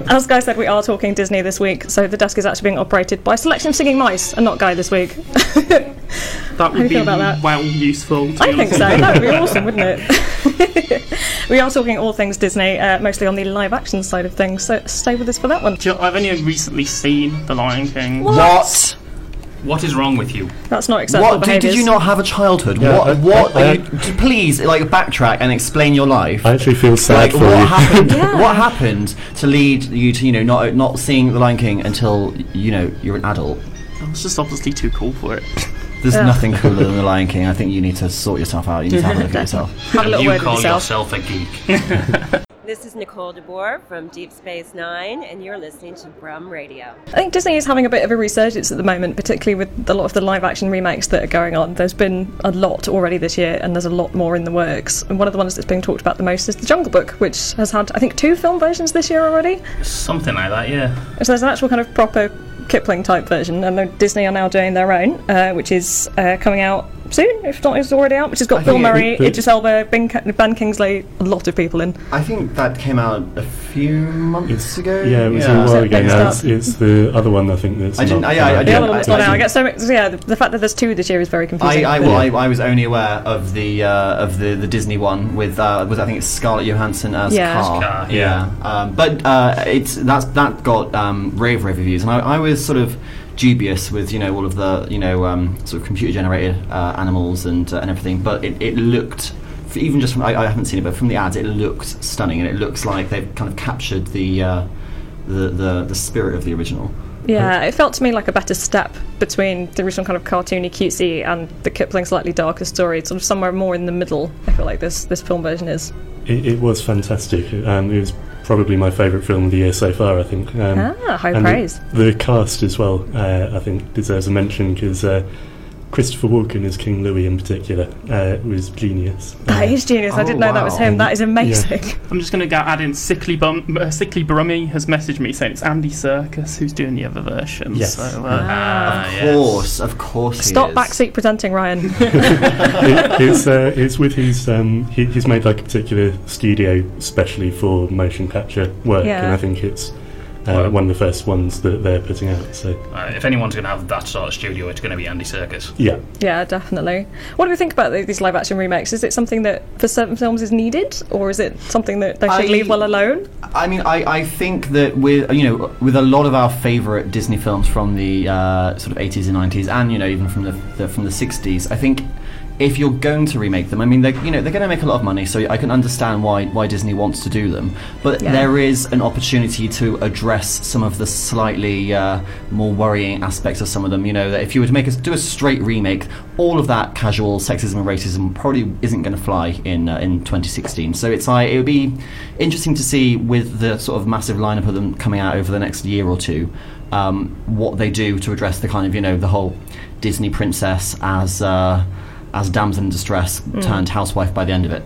Speaker 10: As Guy said, we are talking Disney this week, so the desk is actually being operated by Selection Singing Mice and not Guy this week.
Speaker 4: That
Speaker 10: do
Speaker 4: would
Speaker 10: you
Speaker 4: be
Speaker 10: feel about that?
Speaker 4: well useful. To
Speaker 10: I
Speaker 4: be
Speaker 10: think so.
Speaker 4: honest with you.
Speaker 10: That would be awesome, wouldn't it? we are talking all things Disney, uh, mostly on the live action side of things, so stay with us for that one.
Speaker 4: Do you know, I've only recently seen The Lion King.
Speaker 10: What?
Speaker 11: What is wrong with you?
Speaker 10: That's not acceptable
Speaker 9: what did, did
Speaker 10: behaviours.
Speaker 9: you not have a childhood?
Speaker 10: Yeah,
Speaker 9: what?
Speaker 10: I-
Speaker 9: what?
Speaker 10: I-
Speaker 9: are you, d- please, like backtrack and explain your life.
Speaker 2: I actually feel sad
Speaker 9: like
Speaker 2: for
Speaker 9: what
Speaker 2: you.
Speaker 9: happened? What happened to lead you to you know not not seeing The Lion King until you know you're an adult?
Speaker 10: Oh,
Speaker 4: I was just obviously too cool for it.
Speaker 9: There's
Speaker 4: Yeah.
Speaker 9: nothing cooler than The Lion King. I think you need to sort yourself out. You need to have a look at yourself.
Speaker 10: Have a little
Speaker 11: you
Speaker 10: word with
Speaker 11: call
Speaker 10: yourself.
Speaker 11: yourself a geek.
Speaker 16: This is Nicole DeBoer from Deep Space Nine, and you're listening to Brum Radio.
Speaker 10: I think Disney is having a bit of a resurgence at the moment, particularly with a lot of the live action remakes that are going on. There's been a lot already this year, and there's a lot more in the works. And one of the ones that's being talked about the most is The Jungle Book, which has had, I think, two film versions this year already.
Speaker 11: Something like that, yeah.
Speaker 10: So there's an actual kind of proper Kipling type version, and then Disney are now doing their own, uh, which is uh, coming out soon, if not, it's already out, which has got
Speaker 9: I
Speaker 10: Bill
Speaker 9: think it-
Speaker 10: Murray,
Speaker 9: it-
Speaker 10: Idris Elba, ben, ben Kingsley, a lot of people in.
Speaker 9: I think that came out a few months ago.
Speaker 2: Yeah, it was a while ago now. It's, it's the other one I think that's.
Speaker 9: I didn't-
Speaker 2: not
Speaker 9: I- I- I
Speaker 2: come out yet.
Speaker 9: didn't-
Speaker 10: The other one's not out. I get so much, yeah, the, the fact that there's two this year is very
Speaker 9: I,
Speaker 10: confusing.
Speaker 9: I, well, I, I was only aware of the uh, of the, the Disney one with uh, was I think it's Scarlett Johansson as
Speaker 10: Yeah.
Speaker 9: Car.
Speaker 10: As Car,
Speaker 11: yeah.
Speaker 9: Um, but uh, it's that's that got um, rave rave reviews, and I, I was sort of dubious with you know all of the you know um, sort of computer generated uh, animals and uh, and everything, but it, it looked. f- Even just from, I, I haven't seen it, but from the ads, it looked stunning, and it looks like they've kind of captured the uh, the, the the spirit of the original.
Speaker 10: Yeah, it felt to me like a better step between the original kind of cartoony cutesy and the Kipling slightly darker story. It's sort of somewhere more in the middle. I feel like this this film version is.
Speaker 2: It, it was fantastic. Um, it was probably my favourite film of the year so far. I think. Um,
Speaker 10: Ah, high
Speaker 2: and the-
Speaker 10: praise.
Speaker 2: The, cast as well, uh, I think, deserves a mention because uh, Christopher Walken as King Louis in particular uh, was genius.
Speaker 10: That is genius. I didn't know that was him. That is amazing.
Speaker 4: Oh, I'm just going to go add in Sickly Bum. Uh, Sickly Brummy has messaged me saying it's Andy Circus who's doing the other version.
Speaker 2: Yes.
Speaker 4: So, uh,
Speaker 9: Ah, Of yes. course, of course.
Speaker 10: Stop backseat presenting, Ryan.
Speaker 2: it, it's uh, it's with his um, he, he's made like a particular studio specially for motion capture work,
Speaker 11: Yeah.
Speaker 2: and I think it's uh, one of the first ones that they're putting out. So
Speaker 11: Uh, if anyone's going to have that sort of studio, it's going to be Andy Circus.
Speaker 2: yeah,
Speaker 10: yeah, definitely. What do we think about th- these live action remakes? Is it something that for certain films is needed, or is it something that they should
Speaker 9: I-
Speaker 10: leave well alone?
Speaker 9: I mean, I, I think that with you know with a lot of our favourite Disney films from the uh, sort of eighties and nineties, and you know even from the, the from the sixties, I think if you're going to remake them, I mean, they you know they're going to make a lot of money, so I can understand why why Disney wants to do them. But
Speaker 7: Yeah.
Speaker 9: there is an opportunity to address some of the slightly uh, more worrying aspects of some of them. You know that if you were to make a, do a straight remake, all of that casual sexism and racism probably isn't going to fly in uh, in 2016. So it's like it would be interesting to see with the sort of massive lineup of them coming out over the next year or two, um, what they do to address the kind of you know the whole Disney princess as. Uh, as damsel in distress
Speaker 10: Mm.
Speaker 9: turned housewife by the end of it.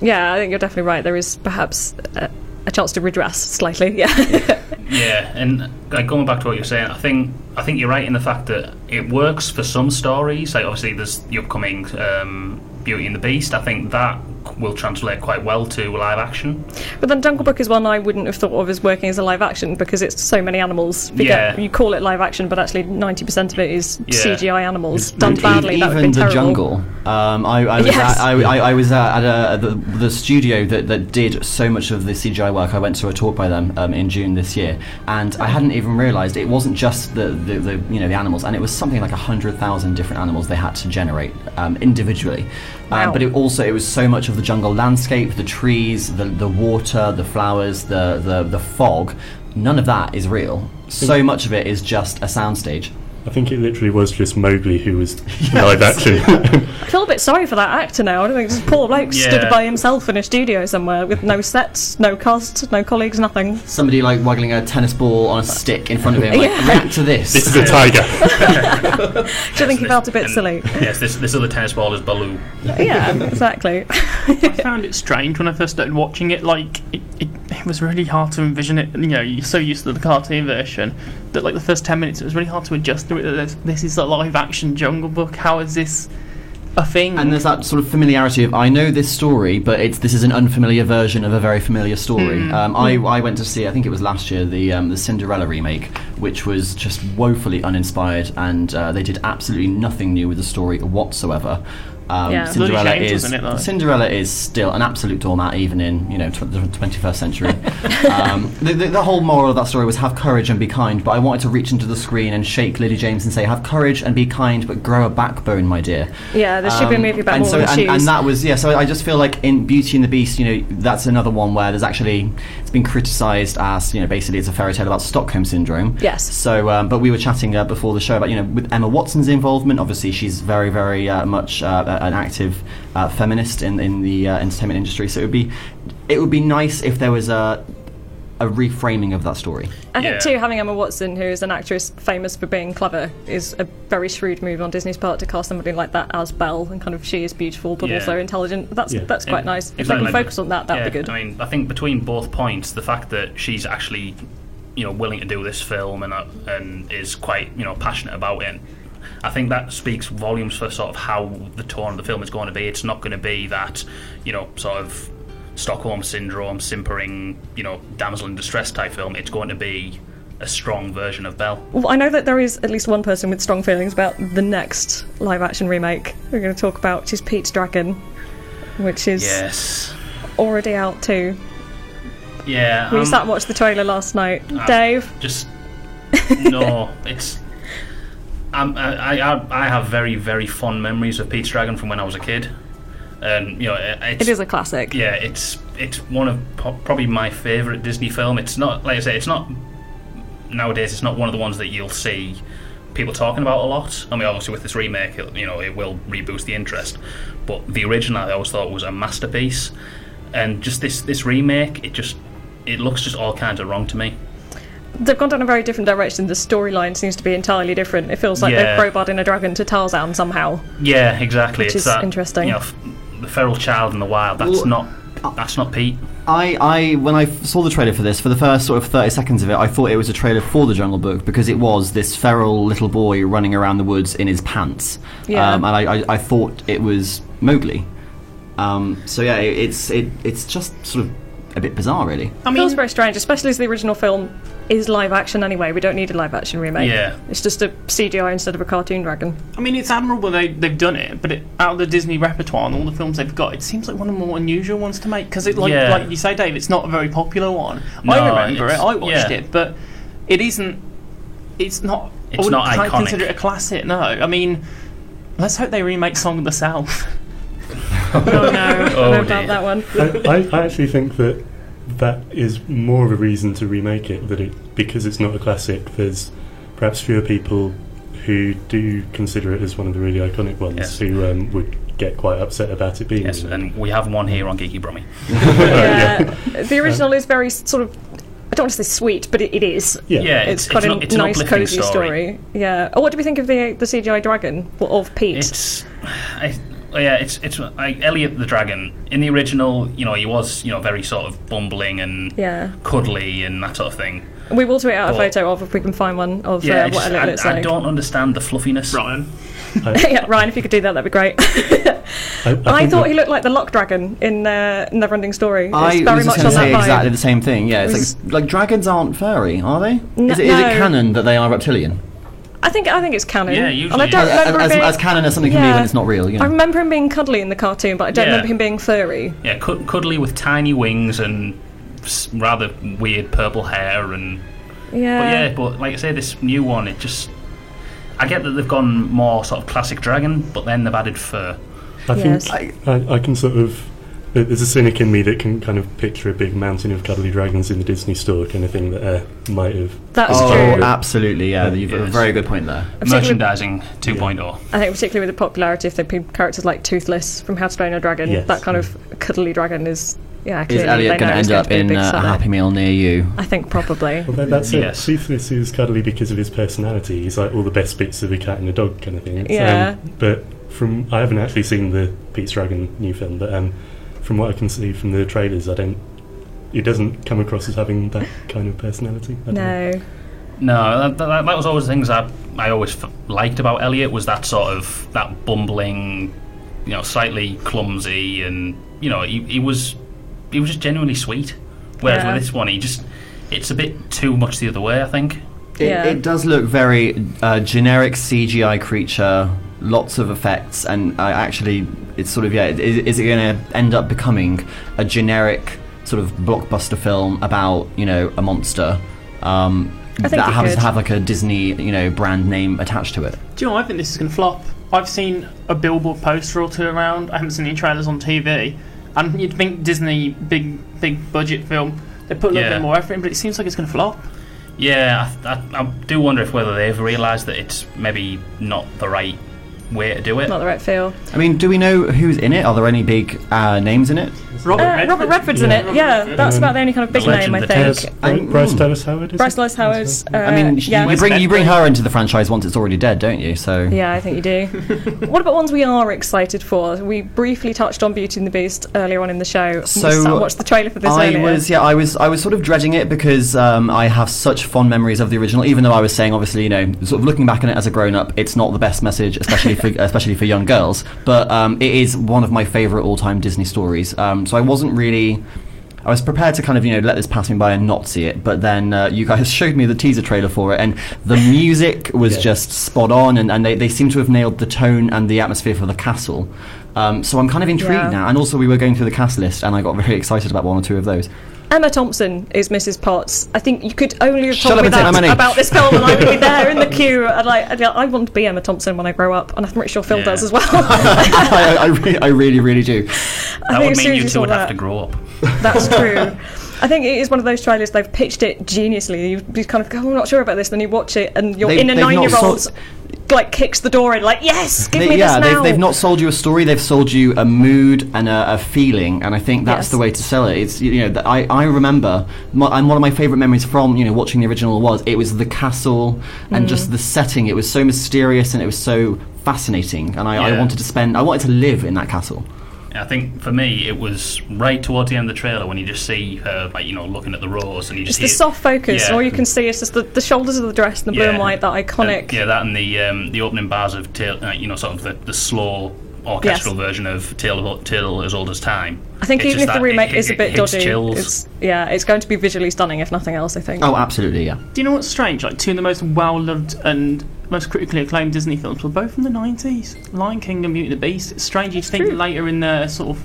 Speaker 10: Yeah, I think you're definitely right. There is perhaps a, a chance to redress slightly. Yeah.
Speaker 11: Yeah, and like, going back to what you were saying, I think I think you're right in the fact that it works for some stories. Like obviously, there's the upcoming um, Beauty and the Beast. I think that will translate quite well to live action.
Speaker 10: But then Jungle Book is one I wouldn't have thought of as working as a live action because it's so many animals. You,
Speaker 11: Yeah.
Speaker 10: you call it live action, but actually 90% of it is
Speaker 9: Yeah.
Speaker 10: CGI animals done
Speaker 9: Even-
Speaker 10: badly.
Speaker 9: e-, Even
Speaker 10: that would have been
Speaker 9: the
Speaker 10: terrible.
Speaker 9: jungle. Um, I, I was
Speaker 10: Yes.
Speaker 9: at, I, I, I was at, at a, the, the studio that, that did so much of the CGI work. I went to a talk by them um, in June this year, and I hadn't even realised it wasn't just the, the, the you know the animals, and it was something like hundred thousand different animals they had to generate um, individually.
Speaker 7: Wow.
Speaker 9: Um, but it also it was so much of the jungle landscape, the trees, the, the water, the flowers, the, the, the fog. None of that is real. So much of it is just a soundstage.
Speaker 2: I think it literally was just Mowgli who was live action.
Speaker 10: I feel a bit sorry for that actor now. I don't think this poor bloke
Speaker 9: Yeah.
Speaker 10: stood by himself in a studio somewhere with no sets, no cast, no colleagues, nothing.
Speaker 9: somebody like waggling a tennis ball on a stick in front of him, like
Speaker 10: Yeah.
Speaker 9: react to this.
Speaker 11: This is a tiger.
Speaker 10: Do you think he felt a bit silly?
Speaker 11: yes, this this other tennis ball is Baloo.
Speaker 10: Yeah, exactly.
Speaker 4: I found it strange when I first started watching it. Like, it, it it was really hard to envision it. You know, you're so used to the cartoon version that like the first ten minutes, it was really hard to adjust to it. that This, this is a live action Jungle Book. How is this a thing?
Speaker 9: And there's that sort of familiarity of I know this story, but it's this is an unfamiliar version of a very familiar story.
Speaker 4: Mm.
Speaker 9: Um, I,
Speaker 4: Mm.
Speaker 9: I went to see I think it was last year the um, the Cinderella remake, which was just woefully uninspired, and uh, they did absolutely nothing new with the story whatsoever. Um,
Speaker 4: Yeah.
Speaker 9: Cinderella
Speaker 4: Bloody shame,
Speaker 9: is
Speaker 4: wasn't it, though?
Speaker 9: Cinderella is still an absolute doormat, even in you know tw- the 21st century. um, the, the, the whole moral of that story was have courage and be kind. But I wanted to reach into the screen and shake Lily James and say, have courage and be kind, but grow a backbone, my dear.
Speaker 10: Yeah, there should be a
Speaker 9: Um,
Speaker 10: Uh, movie about
Speaker 9: and
Speaker 10: more
Speaker 9: so,
Speaker 10: than
Speaker 9: and,
Speaker 10: shoes.
Speaker 9: and that was yeah. So I just feel like in Beauty and the Beast, you know, that's another one where there's actually it's been criticised as you know basically it's a fairy tale about Stockholm syndrome.
Speaker 10: Yes.
Speaker 9: So, um, but we were chatting uh, before the show about you know with Emma Watson's involvement. Obviously, she's very very uh, much uh, an active uh, feminist in in the uh, entertainment industry. So it would be it would be nice if there was a a reframing of that story.
Speaker 10: I think too, having Emma Watson, who is an actress famous for being clever, is a very shrewd move on Disney's part to cast somebody like that as Belle, and kind of she is beautiful but
Speaker 11: Yeah.
Speaker 10: also intelligent. That's
Speaker 11: Yeah.
Speaker 10: that's quite
Speaker 11: And
Speaker 10: nice. If
Speaker 11: it's
Speaker 10: they
Speaker 11: like
Speaker 10: can
Speaker 11: like-
Speaker 10: focus on that, that'd
Speaker 11: yeah,
Speaker 10: be good.
Speaker 11: I mean, I think between both points, the fact that she's actually, you know, willing to do this film and uh, and is quite you know passionate about it. I think that speaks volumes for sort of how the tone of the film is going to be. It's not going to be that, you know, sort of Stockholm syndrome, simpering, you know, damsel in distress type film. It's going to be a strong version of Belle.
Speaker 10: Well, I know that there is at least one person with strong feelings about the next live action remake we're going to talk about, which is Pete's Dragon, which is
Speaker 11: Yes.
Speaker 10: already out too.
Speaker 11: Yeah.
Speaker 10: we
Speaker 11: um,
Speaker 10: sat and watched the trailer last night.
Speaker 11: Uh,
Speaker 10: Dave,
Speaker 11: Just no, it's. I'm, I, I I have very very fond memories of Pete's Dragon from when I was a kid, and you know it- it's,
Speaker 10: it is a classic.
Speaker 11: yeah it's it's one of po- probably my favorite Disney film. It's not like I say it's not nowadays it's not one of the ones that you'll see people talking about a lot. I mean, obviously with this remake, it, you know, it will reboost the interest. But the original, I always thought was a masterpiece, and just this this remake, it just it looks just all kinds of wrong to me.
Speaker 10: They've gone down a very different direction. The storyline seems to be entirely different. It feels like
Speaker 11: Yeah.
Speaker 10: they've crowbarred in a dragon to Tarzan somehow.
Speaker 11: Yeah, exactly.
Speaker 10: Which
Speaker 11: it's
Speaker 10: is
Speaker 11: that,
Speaker 10: interesting.
Speaker 11: You know, f- the feral child in the wild. That's
Speaker 9: Well,
Speaker 11: not. That's not Pete.
Speaker 9: I, I when I f- saw the trailer for this, for the first sort of thirty seconds of it, I thought it was a trailer for the Jungle Book because it was this feral little boy running around the woods in his pants,
Speaker 10: Yeah.
Speaker 9: um, and I, I, I thought it was Mowgli. Um, so yeah, it, it's it, it's just sort of a bit bizarre, really.
Speaker 10: I mean, feels very strange, especially as the original film is live action anyway. We don't need a live action remake.
Speaker 4: Yeah.
Speaker 10: It's just a CGI instead of a cartoon dragon.
Speaker 4: I mean, it's admirable they, they've done it, but it, out of the Disney repertoire and all the films they've got, it seems like one of the more unusual ones to make. Because, like,
Speaker 11: Yeah.
Speaker 4: like you say, Dave, it's not a very popular one.
Speaker 11: No,
Speaker 4: I remember it,
Speaker 11: it's-
Speaker 4: I watched
Speaker 11: yeah.
Speaker 4: it, but it isn't. It's not.
Speaker 11: It's
Speaker 4: I wouldn't
Speaker 11: not
Speaker 4: quite
Speaker 11: iconic.
Speaker 4: consider it a classic, no. I mean, let's hope they remake Song of the South.
Speaker 10: oh, no.
Speaker 11: Oh,
Speaker 10: no doubt
Speaker 11: dear.
Speaker 10: that one.
Speaker 17: I, I, I actually think that that is more of a reason to remake it that it because it's not a classic. There's perhaps fewer people who do consider it as one of the really iconic ones
Speaker 11: Yes.
Speaker 17: who um, would get quite upset about it being.
Speaker 11: Yes, and we have one here on Geeky Brummy.
Speaker 10: Yeah. The original is very s- sort of. I don't want to say sweet, but it, it is.
Speaker 11: Yeah. Yeah, it's-
Speaker 10: quite
Speaker 11: it's
Speaker 10: a
Speaker 11: not- it's an
Speaker 10: nice,
Speaker 11: uplifting
Speaker 10: cozy
Speaker 11: story.
Speaker 10: Yeah. Oh, what do we think of the the CGI dragon Well, of Pete?
Speaker 11: It's I, Uh, yeah, it's it's like Elliot the Dragon in the original. You know, he was you know very sort of bumbling and
Speaker 10: Yeah.
Speaker 11: cuddly and that sort of thing.
Speaker 10: We will tweet out a
Speaker 11: But-
Speaker 10: photo of if we can find one of
Speaker 11: yeah,
Speaker 10: uh,
Speaker 11: I,
Speaker 10: what
Speaker 11: just-
Speaker 10: it looks
Speaker 11: I, I
Speaker 10: like.
Speaker 11: don't understand the fluffiness. Ryan,
Speaker 10: yeah, Ryan, if you could do that, that'd be great.
Speaker 17: I,
Speaker 10: I
Speaker 17: think
Speaker 10: thought
Speaker 17: that-
Speaker 10: he looked like the Lock Dragon in uh, Neverending Story. It's
Speaker 9: I
Speaker 10: very
Speaker 9: was
Speaker 10: much
Speaker 9: just
Speaker 10: on that
Speaker 9: going to say
Speaker 10: vibe.
Speaker 9: exactly the same thing. Yeah,
Speaker 10: It
Speaker 9: it's
Speaker 10: was-
Speaker 9: like, like dragons aren't furry, are they?
Speaker 10: No-
Speaker 9: is, it, is
Speaker 10: no.
Speaker 9: it canon that they are reptilian?
Speaker 10: I think I think it's canon.
Speaker 9: Yeah,
Speaker 10: And I
Speaker 9: usually
Speaker 10: don't
Speaker 9: is.
Speaker 10: remember
Speaker 9: As-
Speaker 10: him being,
Speaker 9: as canon as something can be when it's not real, you know.
Speaker 10: I remember him being cuddly in the cartoon, but I don't
Speaker 11: Yeah.
Speaker 10: remember him being furry.
Speaker 11: yeah, cud- cuddly with tiny wings and s- rather weird purple hair and But
Speaker 10: Yeah.
Speaker 11: yeah, but like I say, this new one, it just. I get that they've gone more sort of classic dragon, but then they've added fur.
Speaker 17: I think I, I can sort of. there- There's a cynic in me that can kind of picture a big mountain of cuddly dragons in the Disney store, kind of thing that uh, might have.
Speaker 10: That's
Speaker 9: oh,
Speaker 10: true.
Speaker 9: absolutely. Yeah, you've a very good point there.
Speaker 10: Particularly-
Speaker 11: Merchandising oh. 2.0.
Speaker 10: I think particularly with the popularity of the pe- characters like Toothless from How to Train Your Dragon,
Speaker 9: Yes.
Speaker 10: that kind of cuddly dragon is yeah.
Speaker 9: Is
Speaker 10: clearly they
Speaker 9: Elliot going
Speaker 10: know
Speaker 9: to
Speaker 10: it's
Speaker 9: end
Speaker 10: going
Speaker 9: up
Speaker 10: be a
Speaker 9: in
Speaker 10: big
Speaker 9: uh, a
Speaker 10: seller.
Speaker 9: Happy Meal near you?
Speaker 10: I think probably.
Speaker 17: Well, then that's
Speaker 9: Yes.
Speaker 17: it. Toothless is cuddly because of his personality. He's like all the best bits of a cat and a dog kind of thing. It's,
Speaker 10: Yeah.
Speaker 17: Um, but from I haven't actually seen the Pete's Dragon new film, but um, from what I can see from the trailers, I don't he doesn't come across as having that kind of personality. I don't know.
Speaker 10: No.
Speaker 11: No, that, that, that was always the things I, I always f- liked about Elliot was that sort of that bumbling, you know, slightly clumsy, and you know, he, he was he was just genuinely sweet. Whereas
Speaker 7: Yeah.
Speaker 11: with this one, he just it's a bit too much the other way. I think.
Speaker 9: It, it does look very uh, generic CGI creature, lots of effects, and I actually, it's sort of, yeah, is, is it going to end up becoming a generic sort of blockbuster film about, you know, a monster um,
Speaker 4: I
Speaker 9: that
Speaker 4: think it
Speaker 9: happens to
Speaker 4: could.
Speaker 9: have like a Disney, you know, brand name attached to it?
Speaker 4: Do you know, I think this is going to flop. I've seen a billboard poster or two around. I haven't seen any trailers on TV. And you'd think Disney, big, big budget film, they put a little
Speaker 11: Yeah.
Speaker 4: bit more effort in, but it seems like it's going to flop.
Speaker 11: Yeah, I, I, I do wonder if whether they've realised that it's maybe not the right way to do it.
Speaker 10: Not the right feel.
Speaker 9: I mean, do we know who's in it? Are there any big uh, names in it?
Speaker 10: Robert, uh, Robert Redford's in it. Yeah, that's about the only kind of big name I think.
Speaker 17: Bryce Dallas Howard.
Speaker 10: Bryce Dallas Howard. Uh,
Speaker 9: I mean, sh-
Speaker 10: yeah.
Speaker 9: you bring you bring her into the franchise once it's already dead, don't you? So
Speaker 10: Yeah, I think you do. what about ones we are excited for? We briefly touched on Beauty and the Beast earlier on in the show. I watched the trailer for this
Speaker 9: I
Speaker 10: earlier.
Speaker 9: was yeah, I was I was sort of dreading it because um, I have such fond memories of the original. Even though I was saying, obviously, you know, sort of looking back on it as a grown up, it's not the best message, especially for especially for young girls. But um, it is one of my favorite all time Disney stories. Um, so I wasn't really. I was prepared to kind of you know let this pass me by and not see it, but then uh, you guys showed me the teaser trailer for it, and the music was just spot on, and, and they, they seem to have nailed the tone and the atmosphere for the castle. Um, so I'm kind of intrigued
Speaker 10: Yeah.
Speaker 9: now, and also we were going through the cast list, and I got very excited about one or two of those.
Speaker 10: Emma Thompson is Mrs. Potts. I think you could only have
Speaker 9: Shut
Speaker 10: told
Speaker 9: up
Speaker 10: me
Speaker 9: and take my
Speaker 10: that
Speaker 9: money.
Speaker 10: about this film, and I would be there in the queue. I'd like, I'd be like, I want to be Emma Thompson when I grow up, and I'm pretty sure Phil
Speaker 9: Yeah.
Speaker 10: does as well.
Speaker 9: I, I, re- I really, really do.
Speaker 10: I
Speaker 11: that
Speaker 10: think
Speaker 11: would mean
Speaker 10: as soon as
Speaker 11: you
Speaker 10: you
Speaker 11: two
Speaker 10: saw
Speaker 11: would have
Speaker 10: that-
Speaker 11: to grow up.
Speaker 10: That's true. I think it is one of those trailers they've pitched it geniusly. You, you kind of go, oh, I'm not sure about this, then you watch it, and your
Speaker 9: They-
Speaker 10: inner
Speaker 9: they've not
Speaker 10: nine-year-old
Speaker 9: sold-
Speaker 10: like kicks the door in, like, yes, give
Speaker 9: They-
Speaker 10: me
Speaker 9: yeah,
Speaker 10: this now.
Speaker 9: They've, they've not sold you a story. They've sold you a mood and a, a feeling, and I think that's
Speaker 10: Yes.
Speaker 9: the way to sell it. It's you know, th- I I remember, my, and one of my favorite memories from you know watching the original was it was the castle and
Speaker 7: Mm.
Speaker 9: just the setting. It was so mysterious and it was so fascinating, and I, I
Speaker 11: Yeah.
Speaker 9: wanted to spend, I wanted to live in that castle.
Speaker 11: I think for me, it was right towards the end of the trailer when you just see her, like you know, looking at the rose, and you just
Speaker 10: It's the
Speaker 11: hear-
Speaker 10: soft focus,
Speaker 11: Yeah.
Speaker 10: all you can see is just the, the shoulders of the dress and the blue
Speaker 11: Yeah.
Speaker 10: and white, that iconic.
Speaker 11: Yeah, that and the um, the opening bars of Tale, uh, you know, sort of the, the slow orchestral version of Tale, of, Tale as Old as Time.
Speaker 10: I think
Speaker 11: It's
Speaker 10: even
Speaker 11: just
Speaker 10: if the
Speaker 11: that
Speaker 10: remake
Speaker 11: it-
Speaker 10: is a
Speaker 11: it
Speaker 10: bit
Speaker 11: hits
Speaker 10: dodgy,
Speaker 11: chills.
Speaker 10: it's, yeah, it's going to be visually stunning if nothing else. I think.
Speaker 9: Oh, absolutely, yeah.
Speaker 4: Do you know what's strange? Like, two of the most well loved and most critically acclaimed Disney films were both from the 90s Lion King and Beauty and the Beast. It's strange you'd think later in their sort of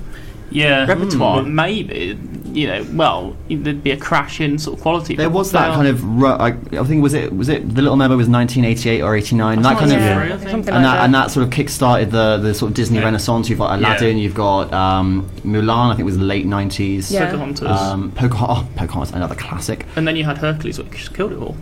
Speaker 11: yeah
Speaker 4: repertoire,
Speaker 9: Mm.
Speaker 4: maybe, you know, well, there'd be a crash in sort of quality.
Speaker 9: There
Speaker 4: but
Speaker 9: was that
Speaker 4: they
Speaker 9: kind of ru- I, I think was it was it the Little Mermaid was 1988 or 89 that kind of
Speaker 4: Yeah, I think.
Speaker 9: and
Speaker 4: something
Speaker 9: that,
Speaker 4: like that.
Speaker 9: and that sort of kick-started the, the sort of Disney Renaissance. You've got Aladdin, you've got um, Mulan. I think it was the late 90s.
Speaker 4: Yeah. Pocahontas.
Speaker 9: Um, Pocahontas, oh, Pocahontas, another classic.
Speaker 4: And then you had Hercules, which just killed it all.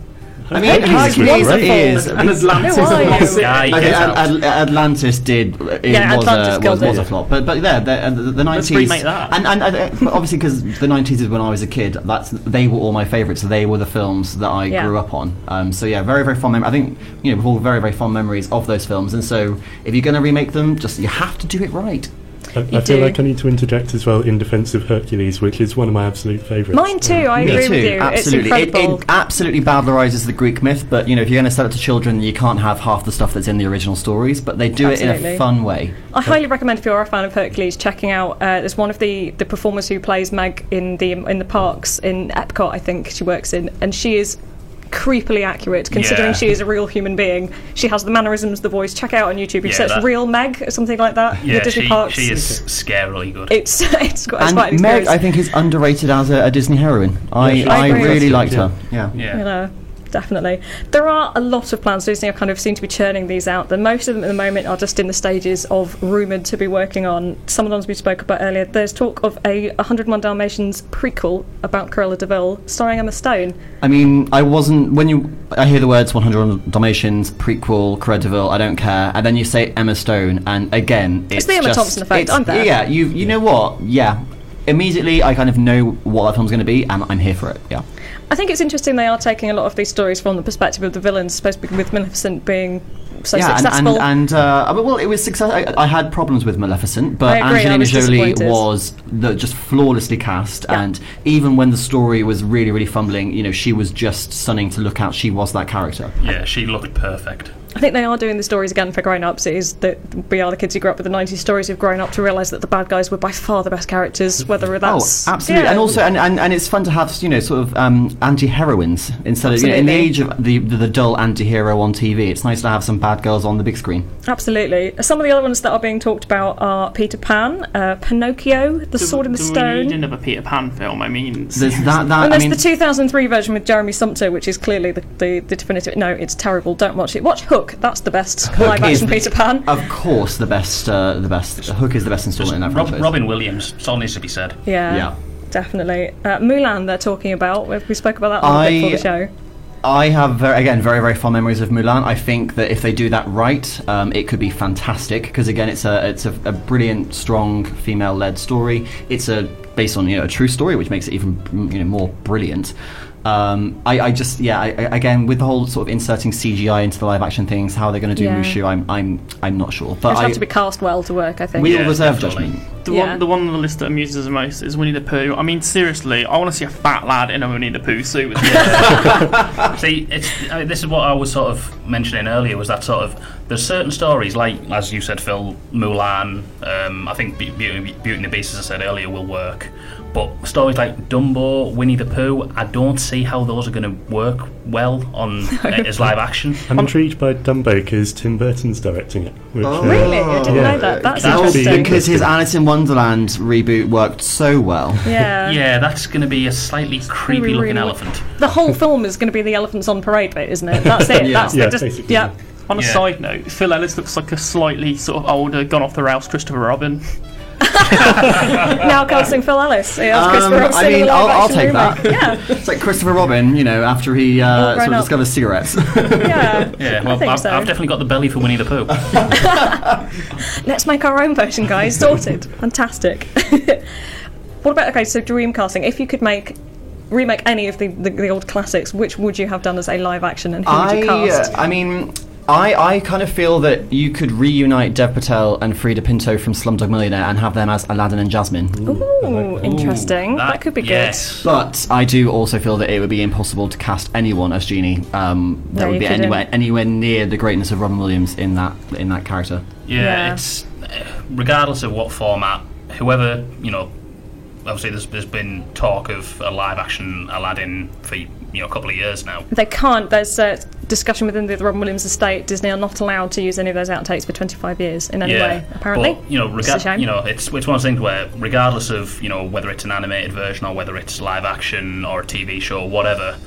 Speaker 9: I mean, Hercules is
Speaker 4: And Atlantis
Speaker 9: Who are you?
Speaker 4: is
Speaker 9: I think At- At- uh, Atlantis did. uh, It
Speaker 4: Yeah,
Speaker 9: was,
Speaker 4: Atlantis
Speaker 9: a, was,
Speaker 4: killed
Speaker 9: was
Speaker 4: it.
Speaker 9: a flop, but but there, there the, the
Speaker 4: Let's
Speaker 9: 90s.
Speaker 4: remake that.
Speaker 9: And and, and uh, but obviously because the 90s is when I was a kid. That's they were all my favourites. They were the films that I
Speaker 7: Yeah.
Speaker 9: grew up on. Um, so yeah, very very fond. Mem- I think you know we've all very very fond memories of those films. And so if you're going to remake them, just you have to do it right.
Speaker 17: I,
Speaker 9: You
Speaker 17: I feel
Speaker 9: do.
Speaker 17: like I need to interject as well in defence of Hercules, which is one of my absolute favourites.
Speaker 10: Mine too, I
Speaker 9: Mm. Me
Speaker 10: agree with
Speaker 9: too,
Speaker 10: you.
Speaker 9: Absolutely,
Speaker 10: It's
Speaker 9: it,
Speaker 10: incredible.
Speaker 9: it absolutely bowdlerizes the Greek myth. But you know, if you're going to sell it to children, you can't have half the stuff that's in the original stories. But they do it in
Speaker 10: Absolutely.
Speaker 9: a fun way.
Speaker 10: I highly recommend if you're a fan of Hercules checking out. Uh, there's one of the, the performers who plays Meg in the in the parks in Epcot, I think she works in, and she is creepily accurate considering
Speaker 6: Yeah.
Speaker 10: she is a real human being. She has the mannerisms, the voice. Check it out on YouTube. You
Speaker 11: Yeah,
Speaker 10: search
Speaker 11: that-
Speaker 10: "real Meg" or something like that.
Speaker 11: yeah,
Speaker 10: the Disney
Speaker 11: she,
Speaker 10: parks.
Speaker 11: she is scarily good.
Speaker 10: It's it's, got, it's quite an
Speaker 9: and Meg,
Speaker 10: experience.
Speaker 9: I think, is underrated as a, a Disney heroine. I,
Speaker 10: Yeah, she- I
Speaker 9: I,
Speaker 10: agree.
Speaker 9: really
Speaker 10: Yeah.
Speaker 9: liked her. Yeah.
Speaker 10: You know, definitely. There are a lot of plans. Disney kind of seem to be churning these out. The most of them at the moment are just in the stages of rumoured to be working on. Some of the ones we spoke about earlier. There's talk of a 101 Dalmatians prequel about Cruella de Vil starring Emma Stone.
Speaker 9: I mean, I wasn't when you. I hear the words 100 Dalmatians prequel, Cruella de Vil, I don't care, and then you say Emma Stone, and again, it's,
Speaker 10: It's the Emma
Speaker 9: just-
Speaker 10: Thompson effect,
Speaker 9: it's-
Speaker 10: I'm there.
Speaker 9: Yeah, you you know what? Yeah, immediately I kind of know what that film's going to be, and I'm here for it. Yeah.
Speaker 10: I think it's interesting they are taking a lot of these stories from the perspective of the villains, supposed to be with Maleficent being so
Speaker 9: yeah,
Speaker 10: successful.
Speaker 9: and, and, and uh, I mean, well, it was success. I, I had problems with Maleficent, but
Speaker 10: I agree, I
Speaker 9: Angelina
Speaker 10: was
Speaker 9: Jolie
Speaker 10: disappointed.
Speaker 9: was the, just flawlessly cast,
Speaker 10: Yeah.
Speaker 9: and even when the story was really, really fumbling, you know, she was just stunning to look at. She was that character.
Speaker 11: Yeah, she looked perfect.
Speaker 10: I think they are doing the stories again for grown-ups. It is that we are the kids who grew up with the '90s stories who've grown up to realise that the bad guys were by far the best characters. Whether that's
Speaker 9: oh, absolutely,
Speaker 10: Yeah.
Speaker 9: and also, and, and, and it's fun to have you know sort of um, anti-heroines instead of you know, in the age
Speaker 10: Absolutely.
Speaker 9: of the, the the dull anti-hero on TV. It's nice to have some bad girls on the big screen.
Speaker 10: absolutely. Some of the other ones that are being talked about are Peter Pan, uh, Pinocchio, The Sword in the
Speaker 4: do
Speaker 10: Stone.
Speaker 4: We need another Peter Pan film. I mean,
Speaker 9: There's that that
Speaker 10: and
Speaker 9: I
Speaker 10: there's
Speaker 9: mean,
Speaker 10: the 2003 version with Jeremy Sumpter, which is clearly the, the, the definitive. No, it's terrible. Don't watch it. Watch Hook. That's the best live
Speaker 9: is-
Speaker 10: action Peter Pan.
Speaker 9: of course, the best uh, the best Hook is the best installment in that
Speaker 11: Rob,
Speaker 9: franchise.
Speaker 11: Robin Williams, that's all needs to be said.
Speaker 10: Yeah. Definitely. Uh, Mulan, they're talking about. We- We spoke about that a little bit
Speaker 9: I-
Speaker 10: before the show.
Speaker 9: I have very, again very very fond memories of Mulan. I think that if they do that right, um, it could be fantastic because again it's a it's a, a brilliant strong female led story. It's a based on you know a true story, which makes it even you know more brilliant. Um, I, I just yeah I, I, again with the whole sort of inserting CGI into the live action things, how they're going to do
Speaker 10: Yeah.
Speaker 9: Mushu, I'm I'm I'm not sure.
Speaker 10: But
Speaker 9: But
Speaker 10: it's
Speaker 9: I,
Speaker 10: have to be cast well to work, I think.
Speaker 9: we all reserve judgment.
Speaker 4: The
Speaker 10: Yeah.
Speaker 4: one, the one on the list that amuses us the most is Winnie the Pooh. I mean, seriously, I want to see a fat lad in a Winnie the Pooh suit. With
Speaker 11: See, it's, I mean, this is what I was sort of mentioning earlier was that sort of there's certain stories like as you said, Phil, Mulan. Um, I think Be- Beauty, Beauty and the Beast, as I said earlier, will work. But stories like Dumbo, Winnie the Pooh, I don't see how those are going to work well on as live action.
Speaker 17: I'm intrigued by Dumbo because Tim Burton's directing it. Which, uh,
Speaker 11: Oh. Really? I didn't know that. That's That would be interesting.
Speaker 9: because his Alice in Wonderland reboot worked so well.
Speaker 10: Yeah.
Speaker 11: yeah, that's going to be a slightly creepy looking
Speaker 10: Really-
Speaker 11: elephant.
Speaker 10: The whole film is going to be the elephants on parade bit, isn't it? That's it.
Speaker 4: Yeah.
Speaker 10: That's
Speaker 4: Yeah,
Speaker 10: it. Just,
Speaker 4: basically.
Speaker 10: yeah.
Speaker 4: On a
Speaker 10: Yeah.
Speaker 4: side note, Phil Ellis looks like a slightly sort of older, gone off the rails Christopher Robin.
Speaker 10: now casting Phil Ellis. Yeah, that's Christopher Robin
Speaker 9: Um, I
Speaker 10: in
Speaker 9: mean,
Speaker 10: the
Speaker 9: I'll, I'll
Speaker 10: live-action
Speaker 9: take
Speaker 10: remake.
Speaker 9: that. it's like Christopher Robin, you know, after he
Speaker 10: All
Speaker 9: uh,
Speaker 10: grown
Speaker 9: sort of
Speaker 10: up.
Speaker 9: discovers cigarettes.
Speaker 11: Yeah, well,
Speaker 10: think
Speaker 11: I've,
Speaker 10: so.
Speaker 11: I've definitely got the belly for Winnie the Pooh.
Speaker 10: Let's make our own version, guys. Sorted. Fantastic. what about okay? So dreamcasting. If you could make remake any of the, the, the old classics, which would you have done as a live action, and who would you
Speaker 9: I,
Speaker 10: cast?
Speaker 9: uh, I mean, I, I kind of feel that you could reunite Dev Patel and Frida Pinto from Slumdog Millionaire and have them as Aladdin and Jasmine.
Speaker 10: Ooh, interesting. that, could be good.
Speaker 9: But I do also feel that it would be impossible to cast anyone as Genie. Um, that
Speaker 10: No,
Speaker 9: would
Speaker 10: you
Speaker 9: be
Speaker 10: couldn't.
Speaker 9: anywhere anywhere near the greatness of Robin Williams in that in that character.
Speaker 11: Yeah, it's regardless of what format, whoever you know. Obviously, there's, there's been talk of a live action Aladdin for you know a couple of years now.
Speaker 10: They can't. There's a discussion within the Robin Williams estate. Disney are not allowed to use any of those outtakes for 25 years in any way, apparently.
Speaker 11: But, you know,
Speaker 10: Which is a
Speaker 11: rega-
Speaker 10: shame.
Speaker 11: you know, it's it's one of those things where, regardless of you know whether it's an animated version or whether it's live action or a TV show, or whatever,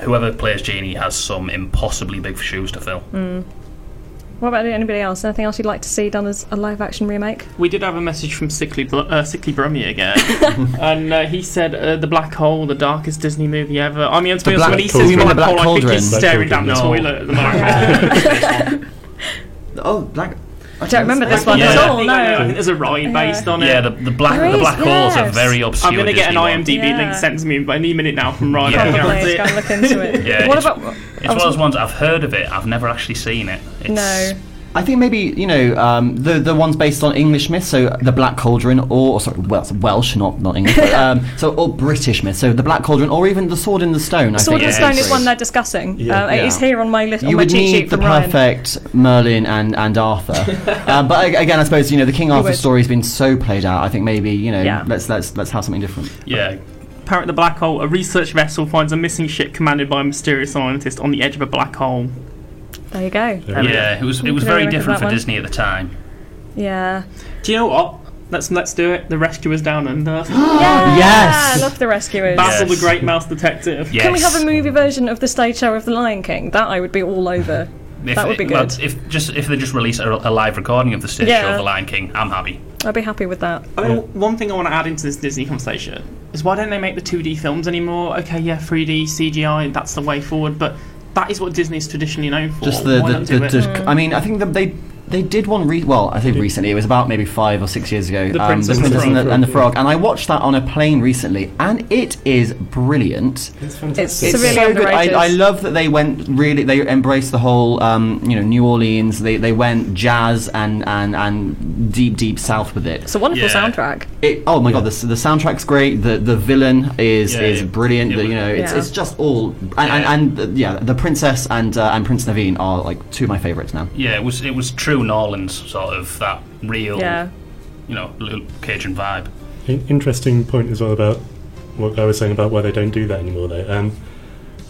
Speaker 11: whoever plays Genie has some impossibly big shoes to fill.
Speaker 10: Mm. What about anybody else? Anything else you'd like to see done as a live action remake?
Speaker 4: We did have a message from Sickly, Bl- uh, Sickly Brummy again, and uh, he said uh, the Black Hole, the darkest Disney movie ever. I mean, to
Speaker 9: The
Speaker 4: be honest,
Speaker 9: Black
Speaker 4: when he says
Speaker 9: Cauldron.
Speaker 4: Black
Speaker 9: The
Speaker 4: Hole,
Speaker 9: Black
Speaker 4: I think
Speaker 9: Cauldron.
Speaker 4: he's
Speaker 9: Black
Speaker 4: staring down
Speaker 9: Cauldron.
Speaker 4: the
Speaker 9: No.
Speaker 4: toilet at the moment.
Speaker 9: Oh, Black.
Speaker 10: I don't remember this one at all.
Speaker 4: I
Speaker 10: No.
Speaker 4: think there's a ride based on it.
Speaker 11: Yeah, the- the black-
Speaker 10: There the is, black hole's a yes. very
Speaker 4: I'm
Speaker 11: obscure
Speaker 4: gonna get an
Speaker 11: Disney one.
Speaker 4: IMDb
Speaker 10: Yeah.
Speaker 4: link sent to me any minute now from Ryan.
Speaker 11: Yeah.
Speaker 4: I
Speaker 11: Probably,
Speaker 4: guarantee
Speaker 10: it's
Speaker 4: it.
Speaker 10: gotta look into it.
Speaker 11: Yeah,
Speaker 10: What
Speaker 11: it's,
Speaker 10: about-
Speaker 11: it's one of those ones I've heard of it, I've never actually seen it. It's,
Speaker 9: I think maybe you know um, the the ones based on English myths, so the Black Cauldron, or, or sorry, Welsh, Welsh, not not English, but, um, so or British myths, so the Black Cauldron, or even the Sword in the Stone. I
Speaker 10: Sword
Speaker 9: think
Speaker 10: and
Speaker 9: would
Speaker 10: Stone
Speaker 9: be
Speaker 10: is
Speaker 9: great.
Speaker 10: one they're discussing.
Speaker 9: Yeah.
Speaker 10: Uh, It is
Speaker 9: Yeah.
Speaker 10: here on my list, on
Speaker 9: You
Speaker 10: my
Speaker 9: would
Speaker 10: cheat sheet
Speaker 9: need the
Speaker 10: from Ryan.
Speaker 9: perfect Merlin and, and Arthur, uh, but a- again, I suppose you know the King
Speaker 10: You
Speaker 9: Arthur
Speaker 10: would.
Speaker 9: story has been so played out. I think maybe you know
Speaker 4: Yeah.
Speaker 9: let's let's let's have something different.
Speaker 11: Yeah.
Speaker 4: Parrot the Black Hole, a research vessel finds a missing ship commanded by a mysterious scientist on the edge of a black hole.
Speaker 10: There you go.
Speaker 11: yeah, it was it was
Speaker 10: Could I
Speaker 11: very
Speaker 10: recommend
Speaker 11: different
Speaker 10: that
Speaker 11: for
Speaker 10: one?
Speaker 11: Disney at the time.
Speaker 10: Yeah.
Speaker 4: Do you know what? Let's let's do it. The Rescuers Down Under.
Speaker 10: I love the rescuers.
Speaker 4: Basil the Great Mouse Detective.
Speaker 10: Can we have a movie version of the stage show of The Lion King? That I would be all over. that would be
Speaker 11: well,
Speaker 10: good.
Speaker 11: If just if they just release a, a live recording of the stage show
Speaker 10: Yeah.
Speaker 11: of The Lion King, I'm happy.
Speaker 10: I'd be happy with that.
Speaker 4: I mean, One thing I want to add into this Disney conversation is why don't they make the 2D films anymore? Okay, yeah, 3D, CGI, that's the way forward, but that is what Disney is traditionally known for.
Speaker 9: Just the,
Speaker 4: Why
Speaker 9: the,
Speaker 4: not do
Speaker 9: the,
Speaker 10: Mm, Hmm.
Speaker 4: it?
Speaker 9: the- I mean, I think that they They did one. Re- well, I think recently it was about maybe five or six years ago.
Speaker 4: The Princess and the
Speaker 9: Princess and,
Speaker 4: Frog.
Speaker 9: the, and the Frog, and I watched that on a plane recently, and it is brilliant.
Speaker 17: It's
Speaker 9: It's, so good. I, I love that they went really. They embraced the whole, um, you know, New Orleans. They they went jazz and and and deep deep south with it.
Speaker 10: It's a wonderful soundtrack.
Speaker 9: It, oh my god, the, s- the soundtrack's great. The the villain is
Speaker 10: Yeah,
Speaker 9: is brilliant. the, you know, it's,
Speaker 10: Yeah.
Speaker 9: it's just all and and, and uh, yeah, the princess and uh, and Prince Naveen are like two of my favorites now.
Speaker 11: Yeah, it was it was true Norlands sort of that real,
Speaker 10: Yeah.
Speaker 11: you know, little Cajun vibe.
Speaker 17: In- interesting point as well about what I was saying about why they don't do that anymore. Though, um,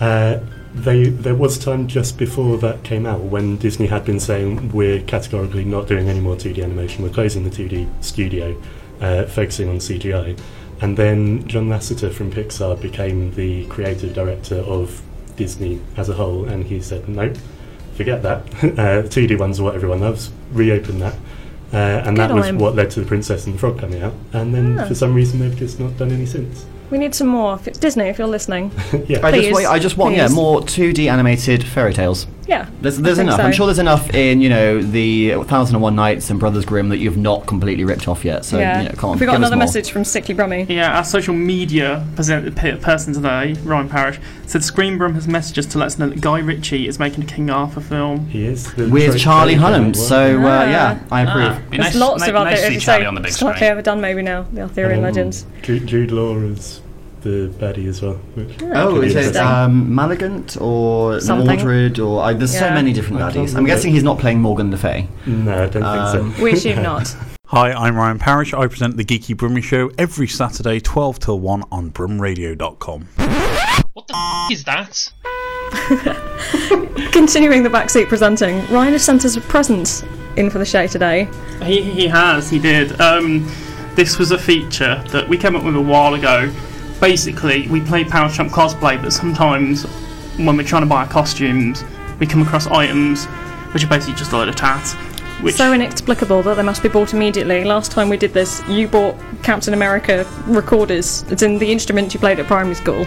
Speaker 17: uh, they there was a time just before that came out when Disney had been saying we're categorically not doing any more 2D animation. We're closing the 2D studio, uh, focusing on CGI. And then John Lasseter from Pixar became the creative director of Disney as a whole, and he said no. Forget that. Uh, the 2D ones are what everyone loves. Reopen that. Uh,
Speaker 10: Good
Speaker 17: and that
Speaker 10: on
Speaker 17: was
Speaker 10: him.
Speaker 17: what led to The Princess and the Frog coming out. And then
Speaker 10: Ah.
Speaker 17: for some reason, they've just not done any since.
Speaker 10: We need some more. If it's Disney, if you're listening,
Speaker 17: yeah.
Speaker 9: I just
Speaker 10: Please,
Speaker 9: want, I just want yeah
Speaker 10: please.
Speaker 9: more 2D animated fairy tales.
Speaker 10: Yeah,
Speaker 9: There's,
Speaker 10: I
Speaker 9: there's
Speaker 10: think
Speaker 9: enough. I'm
Speaker 10: so.
Speaker 9: sure there's enough in you know the Thousand and One Nights and Brothers Grimm that you've not completely ripped off yet. So
Speaker 10: yeah.
Speaker 9: you know, come on,
Speaker 10: Have we got
Speaker 9: give us
Speaker 10: another
Speaker 9: more.
Speaker 10: message from Sickly Brummy?
Speaker 4: Yeah, our social media present- pe- person today, Ryan Parrish, said Screenbrum has messaged us to let us know that Guy Ritchie is making a King Arthur film.
Speaker 17: He is.
Speaker 9: With Charlie Hunnam, so uh, yeah, I
Speaker 4: Ah.
Speaker 9: approve.
Speaker 11: Be
Speaker 10: There's
Speaker 11: nice-
Speaker 10: lots
Speaker 11: ni-
Speaker 10: of other.
Speaker 11: nice to see
Speaker 10: it's
Speaker 11: Charlie
Speaker 10: like-
Speaker 11: on the big
Speaker 10: it's like
Speaker 11: screen.
Speaker 10: they ever done maybe now. The Arthurian
Speaker 17: Um,
Speaker 10: Legends.
Speaker 17: Jude, Jude Law is the baddie as well. Which
Speaker 9: Oh,
Speaker 10: Ah,
Speaker 17: could be
Speaker 9: is it
Speaker 17: interesting.
Speaker 9: um, Maligant or
Speaker 17: Something.
Speaker 9: Mordred or I, there's so
Speaker 17: Yeah.
Speaker 9: many different
Speaker 17: I don't
Speaker 9: baddies. I'm guessing he's not playing Morgan Le Fay.
Speaker 17: No, I don't think
Speaker 9: Um,
Speaker 2: Hi, I'm Ryan Parrish. I present the Geeky Brummy Show every Saturday, 12 till 1 on brumradio.com.
Speaker 11: Is that?
Speaker 10: Continuing the backseat presenting, Ryan has sent us a present in for the show today.
Speaker 4: He, he has, he did. Um, this was a feature that we came up with a while ago. Basically, we play Power Trump cosplay, but sometimes when we're trying to buy our costumes, we come across items which are basically just a load of tat. Which
Speaker 10: So inexplicable that they must be bought immediately. Last time we did this, you bought Captain America recorders. It's in the instrument you played at primary school.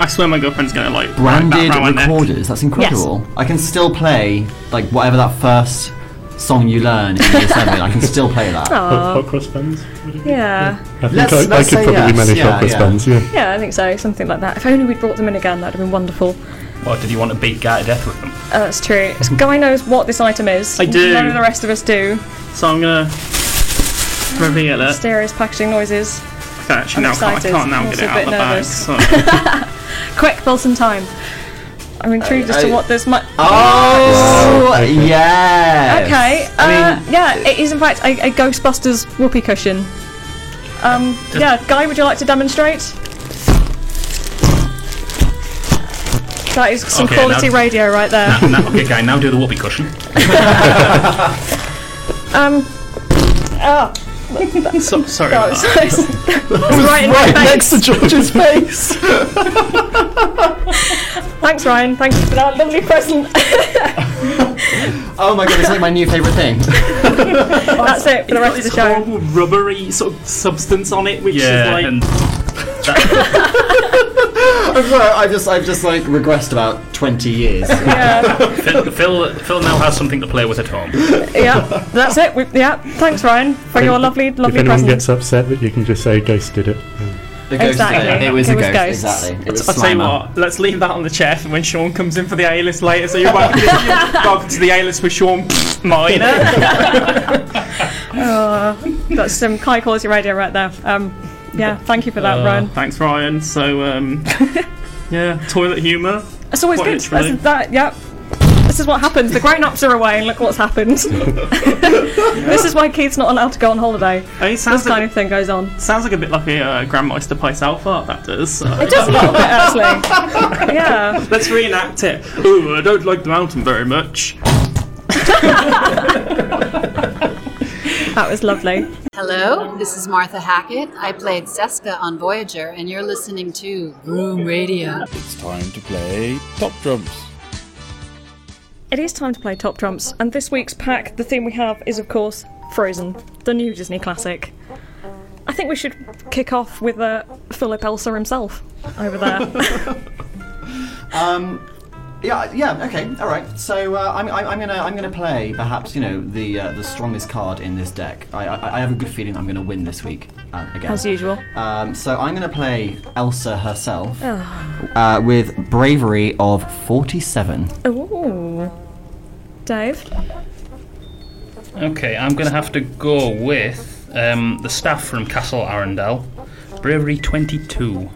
Speaker 4: I swear my girlfriend's gonna like
Speaker 9: Branded
Speaker 4: wrap that around my neck.
Speaker 9: recorders. That's incredible. I can still play like whatever that first song you learn in year seven. I can still play that.
Speaker 10: Aw. Hot
Speaker 17: cross buns?
Speaker 10: Yeah.
Speaker 17: I think I, I could probably manage Hot cross buns, yeah.
Speaker 10: Yeah, I think so. Something like that. If only we'd brought the minigun, that'd have been wonderful.
Speaker 11: What did you want to beat Guy to death with them?
Speaker 10: Uh, that's true. This guy knows what this item is.
Speaker 4: I do.
Speaker 10: None of the rest of us do.
Speaker 4: So I'm gonna reveal it.
Speaker 10: Mysterious packaging noises.
Speaker 4: Okay, actually, now
Speaker 10: I'm
Speaker 4: I can't, I
Speaker 10: excited.
Speaker 4: can't now
Speaker 10: I'm
Speaker 4: get
Speaker 10: also
Speaker 4: it
Speaker 10: a
Speaker 4: out
Speaker 10: bit
Speaker 4: of the bag.
Speaker 10: nervous.
Speaker 4: So.
Speaker 10: Quick, Wilson time. I'm intrigued as to
Speaker 9: I-
Speaker 10: what this might.
Speaker 9: Oh,
Speaker 10: Okay.
Speaker 9: yes.
Speaker 10: Okay. Uh,
Speaker 9: I
Speaker 10: yeah, it is in fact a, a Ghostbusters whoopee cushion. Um, yeah, Guy, would you like to demonstrate? That is some
Speaker 11: Okay,
Speaker 10: quality
Speaker 11: now-
Speaker 10: radio right there.
Speaker 11: Now, now, okay, Guy, now do the whoopee cushion.
Speaker 10: Um. Oh.
Speaker 4: so, sorry.
Speaker 10: Oh,
Speaker 11: about
Speaker 10: it's-
Speaker 11: that.
Speaker 10: it's- it's right in your face.
Speaker 9: to George's face.
Speaker 10: Thanks, Ryan. Thank you for that lovely present.
Speaker 9: Oh my god, it's like my new favourite thing.
Speaker 10: That's it for the rest of the show.
Speaker 4: horrible rubbery sort of substance on it, which
Speaker 9: Yeah,
Speaker 4: is like
Speaker 11: and
Speaker 9: I'm sorry, I've just, I've just like regressed about 20 years.
Speaker 11: Phil, Phil, Phil now has something to play with at home.
Speaker 10: yeah, that's it. We, yeah, thanks, Ryan, for your lovely,
Speaker 17: If
Speaker 10: lovely
Speaker 17: anyone
Speaker 10: present.
Speaker 17: gets upset that you can just say Ghost did it. Um,
Speaker 9: The
Speaker 10: ghost Exactly. thing. It was It a was ghost, ghosts. exactly. It
Speaker 4: I'll
Speaker 10: was
Speaker 4: I'll tell you
Speaker 10: Slimer.
Speaker 4: what, let's leave that on the chef when Sean comes in for the A list later. So you're welcome, you're welcome to the A list with Sean Minor.
Speaker 10: Oh, that's some high quality radio right there. Um, yeah, thank you for that,
Speaker 4: Uh,
Speaker 10: Ryan.
Speaker 4: Thanks, Ryan. So, um, yeah, toilet humour.
Speaker 10: It's always
Speaker 4: quite
Speaker 10: good.
Speaker 4: literally.
Speaker 10: That's, that, yep. This is what happens. The grown ups are away, and look what's happened. this is why Keith's not allowed to go on holiday.
Speaker 4: Hey,
Speaker 10: This
Speaker 4: sounds
Speaker 10: kind
Speaker 4: like-
Speaker 10: of thing goes on.
Speaker 4: Sounds like a bit like a uh, Grandmaster Pice Alpha, that does. So.
Speaker 10: It does a little bit, actually. Yeah.
Speaker 4: Let's reenact it. Ooh, I don't like the mountain very much.
Speaker 10: That was lovely.
Speaker 18: Hello, this is Martha Hackett. I played Seska on Voyager, and you're listening to Room Radio.
Speaker 19: It's time to play Top Drums.
Speaker 10: It is time to play Top Trumps, and this week's pack, the theme we have is, of course, Frozen, the new Disney classic. I think we should kick off with uh, Philip Elsa himself over there.
Speaker 9: Um, Yeah, yeah, okay, all right. So uh, I'm, I'm, I'm gonna I'm gonna play perhaps you know the uh, the strongest card in this deck. I, I, I have a good feeling I'm gonna win this week uh, again.
Speaker 10: As usual.
Speaker 9: Um, so I'm gonna play Elsa herself
Speaker 10: Oh.
Speaker 9: uh, with bravery of 47.
Speaker 10: Ooh. Dave?
Speaker 11: Okay, I'm going to have to go with um, the staff from Castle Arundel, Bravery 22.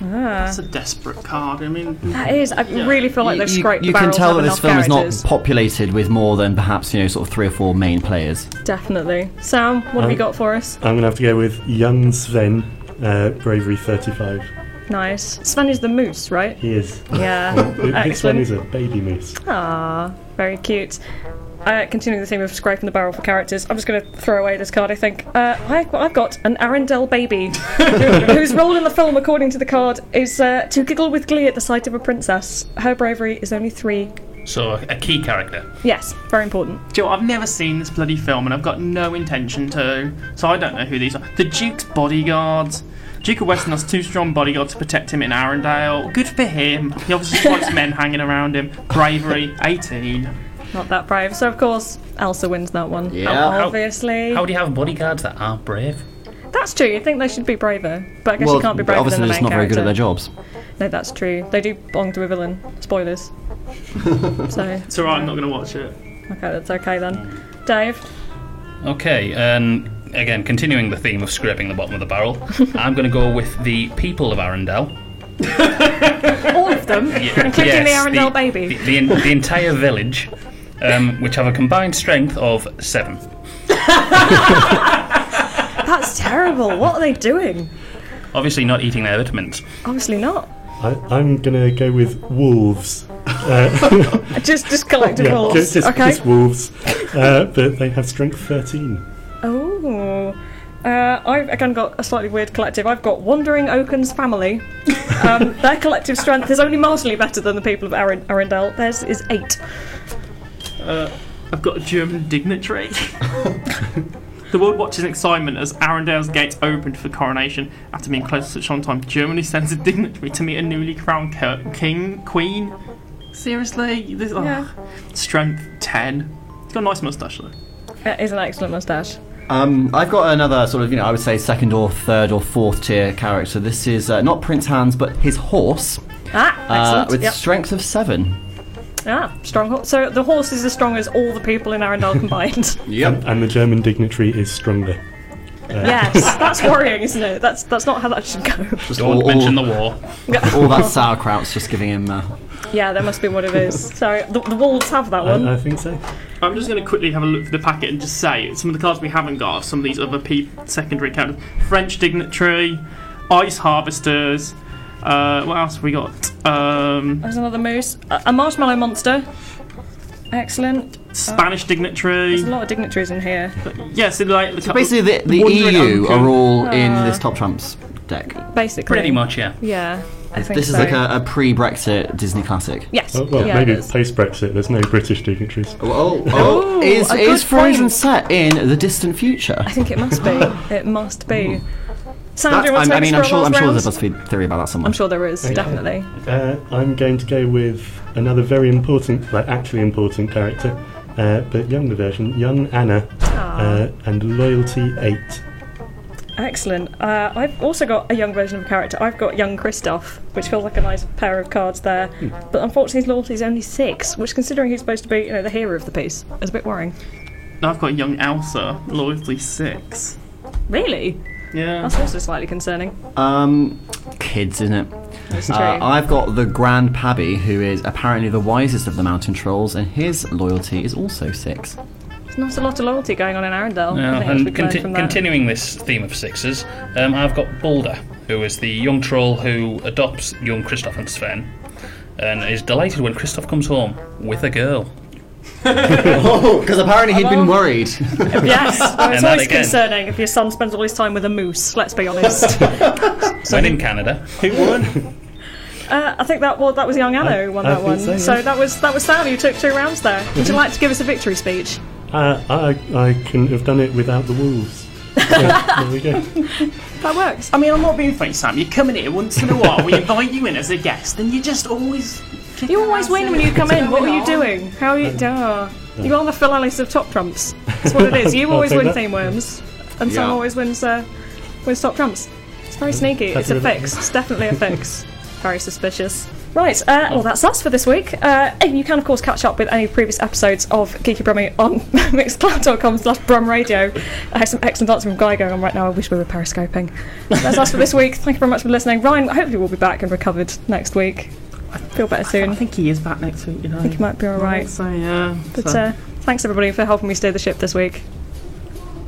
Speaker 4: That's a desperate card. I mean,
Speaker 10: Ah. That is. I really feel like they've
Speaker 4: You-
Speaker 10: scraped
Speaker 9: You
Speaker 10: the
Speaker 9: can
Speaker 10: barrels
Speaker 9: tell
Speaker 10: out
Speaker 9: that
Speaker 10: of
Speaker 9: this
Speaker 10: enough
Speaker 9: film is not
Speaker 10: characters.
Speaker 9: populated with more than perhaps you know sort of three or four main players.
Speaker 10: Definitely. Sam, what have
Speaker 17: Um,
Speaker 10: you got for us?
Speaker 17: I'm going to have to go with Jan Sven, uh, Bravery 35.
Speaker 10: Nice. Sven is the moose, right?
Speaker 17: He is.
Speaker 10: Yeah.
Speaker 17: Um, this one
Speaker 10: Excellent.
Speaker 17: is a baby moose.
Speaker 10: Ah, very cute. Uh, continuing the theme of scraping the barrel for characters, I'm just going to throw away this card. I think uh, I, I've got an Arendelle baby, whose role in the film, according to the card, is uh, to giggle with glee at the sight of a princess. Her bravery is only three.
Speaker 11: So, a key character.
Speaker 10: Yes, very important.
Speaker 4: Joe, I've never seen this bloody film and I've got no intention to, so I don't know who these are. The Duke's bodyguards. Duke of Weston has two strong bodyguards to protect him in Arendelle. Good for him. He obviously just likes men hanging around him. Bravery, 18.
Speaker 10: Not that brave. So of course, Elsa wins that one.
Speaker 11: Yeah. How- how-
Speaker 10: obviously.
Speaker 11: How do you have bodyguards that aren't brave?
Speaker 10: That's true. You would think they should be braver, but I guess you can't be braver
Speaker 9: obviously
Speaker 10: than
Speaker 9: they're
Speaker 10: the
Speaker 9: just
Speaker 10: main
Speaker 9: not very good at
Speaker 10: character.
Speaker 9: their jobs.
Speaker 10: No, that's true. They do belong to a villain. Spoilers. so
Speaker 4: It's alright, I'm not going to watch it.
Speaker 10: okay, that's okay then. Dave,
Speaker 11: Okay, and again, continuing the theme of scraping the bottom of the barrel, I'm going to go with the people of Arundel.
Speaker 10: all of them, including
Speaker 11: yes,
Speaker 10: the Arendelle
Speaker 11: the-
Speaker 10: baby.
Speaker 11: The, the, en- the entire village, um, which have a combined strength of seven.
Speaker 10: That's terrible. What are they doing?
Speaker 11: Obviously, not eating their vitamins.
Speaker 10: Obviously not.
Speaker 17: I, I'm going to go with wolves. Uh,
Speaker 10: Just just collective
Speaker 17: yeah,
Speaker 10: wolves.
Speaker 17: just, just-
Speaker 10: okay.
Speaker 17: just wolves. Uh, but they have strength 13.
Speaker 10: Oh. Uh, I've again got a slightly weird collective. I've got Wandering Oaken's family. Um, their collective strength is only marginally better than the people of Arend- Arendelle. Theirs is eight.
Speaker 4: Uh, I've got a German dignitary. the world watches in excitement as Arendelle's gates opened for coronation. After being closed for such a long time, Germany sends a dignitary to meet a newly crowned co- king, queen. Seriously, this oh.
Speaker 10: Yeah.
Speaker 4: strength ten. He's got a nice moustache though.
Speaker 10: That is an excellent moustache.
Speaker 9: Um, I've got another sort of, you know, I would say second or third or fourth tier character. This is uh, not Prince Hans, but his horse.
Speaker 10: Ah,
Speaker 9: Uh,
Speaker 10: excellent.
Speaker 9: with
Speaker 10: yep.
Speaker 9: strength of seven.
Speaker 10: ah, strong. ho- So the horse is as strong as all the people in Arendelle combined.
Speaker 17: Yep. And, and the German dignitary is stronger. Uh,
Speaker 10: yes, that's worrying, isn't it? That's that's not how that should go.
Speaker 11: Don't mention the war.
Speaker 9: all that sauerkraut's just giving him. Uh,
Speaker 10: Yeah, that must be what it is. Sorry, the, the wolves have that one.
Speaker 17: I, I think so.
Speaker 4: I'm just going to quickly have a look through the packet and just say some of the cards we haven't got are some of these other pe- secondary characters. French Dignitary, Ice Harvesters, uh, what else have we got? Um,
Speaker 10: There's another moose. A, a marshmallow monster. Excellent. Uh,
Speaker 4: Spanish Dignitary.
Speaker 10: There's a lot of dignitaries in here.
Speaker 4: Yes, yeah, so like the
Speaker 9: so basically, the, the
Speaker 4: Wandering
Speaker 9: EU
Speaker 4: Uncle.
Speaker 9: are all in
Speaker 10: Ah.
Speaker 9: this Top Trumps deck.
Speaker 10: Basically.
Speaker 11: Pretty much, yeah.
Speaker 10: Yeah, I think
Speaker 9: This is
Speaker 10: so.
Speaker 9: like a, a pre Brexit Disney classic.
Speaker 10: Yes.
Speaker 17: Oh, well,
Speaker 10: yeah,
Speaker 17: maybe
Speaker 10: it
Speaker 17: it's post Brexit. There's no British dignitaries.
Speaker 9: Oh,
Speaker 10: Oh,
Speaker 9: is
Speaker 10: a
Speaker 9: is
Speaker 10: good
Speaker 9: Frozen
Speaker 10: point.
Speaker 9: set in the distant future?
Speaker 10: I think it must be. It must be. Sam, do
Speaker 9: Hmm. That-
Speaker 10: you want to
Speaker 9: I, I
Speaker 10: take us
Speaker 9: mean,
Speaker 10: for
Speaker 9: I'm
Speaker 10: a
Speaker 9: sure, I'm
Speaker 10: last
Speaker 9: sure
Speaker 10: round?
Speaker 9: there's a BuzzFeed theory about that somewhere.
Speaker 10: I'm sure there is,
Speaker 17: Okay.
Speaker 10: definitely.
Speaker 17: Uh, I'm going to go with another very important, like actually important character, uh, but younger version, young Anna, uh, and loyalty eight.
Speaker 10: Excellent. Uh, I've also got a young version of a character. I've got young Kristoff, which feels like a nice pair of cards there.
Speaker 11: Hmm.
Speaker 10: But unfortunately, his loyalty is only six, which, considering he's supposed to be, you know, the hero of the piece, is a bit worrying.
Speaker 4: I've got Young Elsa, Loyalty 6.
Speaker 10: Really?
Speaker 4: Yeah.
Speaker 10: That's also slightly concerning.
Speaker 9: Um, kids, isn't it?
Speaker 10: That's
Speaker 9: Uh,
Speaker 10: true.
Speaker 9: I've got the Grand Pabby, who is apparently the wisest of the mountain trolls, and his loyalty is also six.
Speaker 10: There's not a lot of loyalty going on in Arendelle. I
Speaker 11: Yeah,
Speaker 10: think Oh,
Speaker 11: and
Speaker 10: we can learn
Speaker 11: conti-
Speaker 10: from that.
Speaker 11: continuing this theme of sixes, um, I've got Balder, who is the young troll who adopts young Kristoff and Sven, and is delighted when Kristoff comes home with a girl.
Speaker 9: Because Oh, apparently he'd been
Speaker 10: Hello?
Speaker 9: worried.
Speaker 10: Yes, well,
Speaker 11: And
Speaker 10: it's
Speaker 11: that
Speaker 10: always
Speaker 11: again.
Speaker 10: concerning if your son spends all his time with a moose. Let's be honest. uh,
Speaker 11: when in Canada,
Speaker 4: who won?
Speaker 10: Uh, I think that well, that was young Anna who won
Speaker 17: I
Speaker 10: that
Speaker 17: think
Speaker 10: one.
Speaker 17: so, yeah.
Speaker 10: that was that was Sam. You took two rounds there. Would you like to give us a victory speech?
Speaker 17: Uh, I I couldn't have done it without the wolves. Yeah, there we go.
Speaker 10: That works.
Speaker 4: I mean, I'm not being funny, Sam. You come in here once in a while. we invite you in as a guest, and you just always
Speaker 10: You always win when you come in. What are you doing? How are you?
Speaker 17: Um,
Speaker 10: Duh.
Speaker 17: no.
Speaker 10: You are the Phil Ellis of top trumps. That's what it is. You
Speaker 17: I'll
Speaker 10: always
Speaker 17: take
Speaker 10: win
Speaker 17: that.
Speaker 10: theme worms, and Sam
Speaker 17: Yeah.
Speaker 10: always wins uh, wins top trumps. It's very sneaky.
Speaker 17: Happy
Speaker 10: It's a
Speaker 17: with that.
Speaker 10: fix. It's definitely a fix. Very suspicious. Right, uh, well, that's us for this week. Uh, and you can, of course, catch up with any previous episodes of Geeky Brummy on mixcloud.com slash brum radio. I have some excellent dancing from Guy going on right now. I wish we were periscoping. That's us for this week. Thank you very much for listening. Ryan, hopefully, we'll be back and recovered next week. Feel better soon.
Speaker 4: I think he is back next week, you know.
Speaker 10: I think you might be alright.
Speaker 4: So, yeah.
Speaker 10: But
Speaker 4: so-
Speaker 10: uh, thanks everybody for helping me steer the ship this week.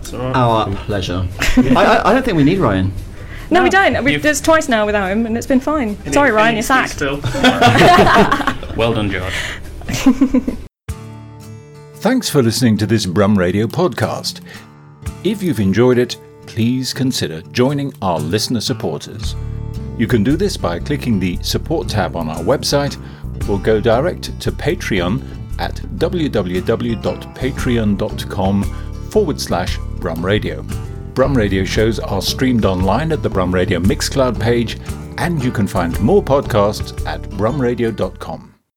Speaker 4: It's all right.
Speaker 9: Our pleasure. I, I, I don't think we need Ryan.
Speaker 10: No, we don't. We've it's twice now without him, and it's been fine.
Speaker 11: And
Speaker 10: Sorry,
Speaker 11: he-
Speaker 10: Ryan,
Speaker 11: and
Speaker 10: you're
Speaker 11: he's- he's
Speaker 10: sacked.
Speaker 11: still- well done, George.
Speaker 1: Thanks for listening to this Brum Radio podcast. If you've enjoyed it, please consider joining our listener supporters. You can do this by clicking the support tab on our website or go direct to Patreon at www.patreon.com forward slash Brum Radio. Brum Radio shows are streamed online at the Brum Radio Mixcloud page, and you can find more podcasts at brumradio.com.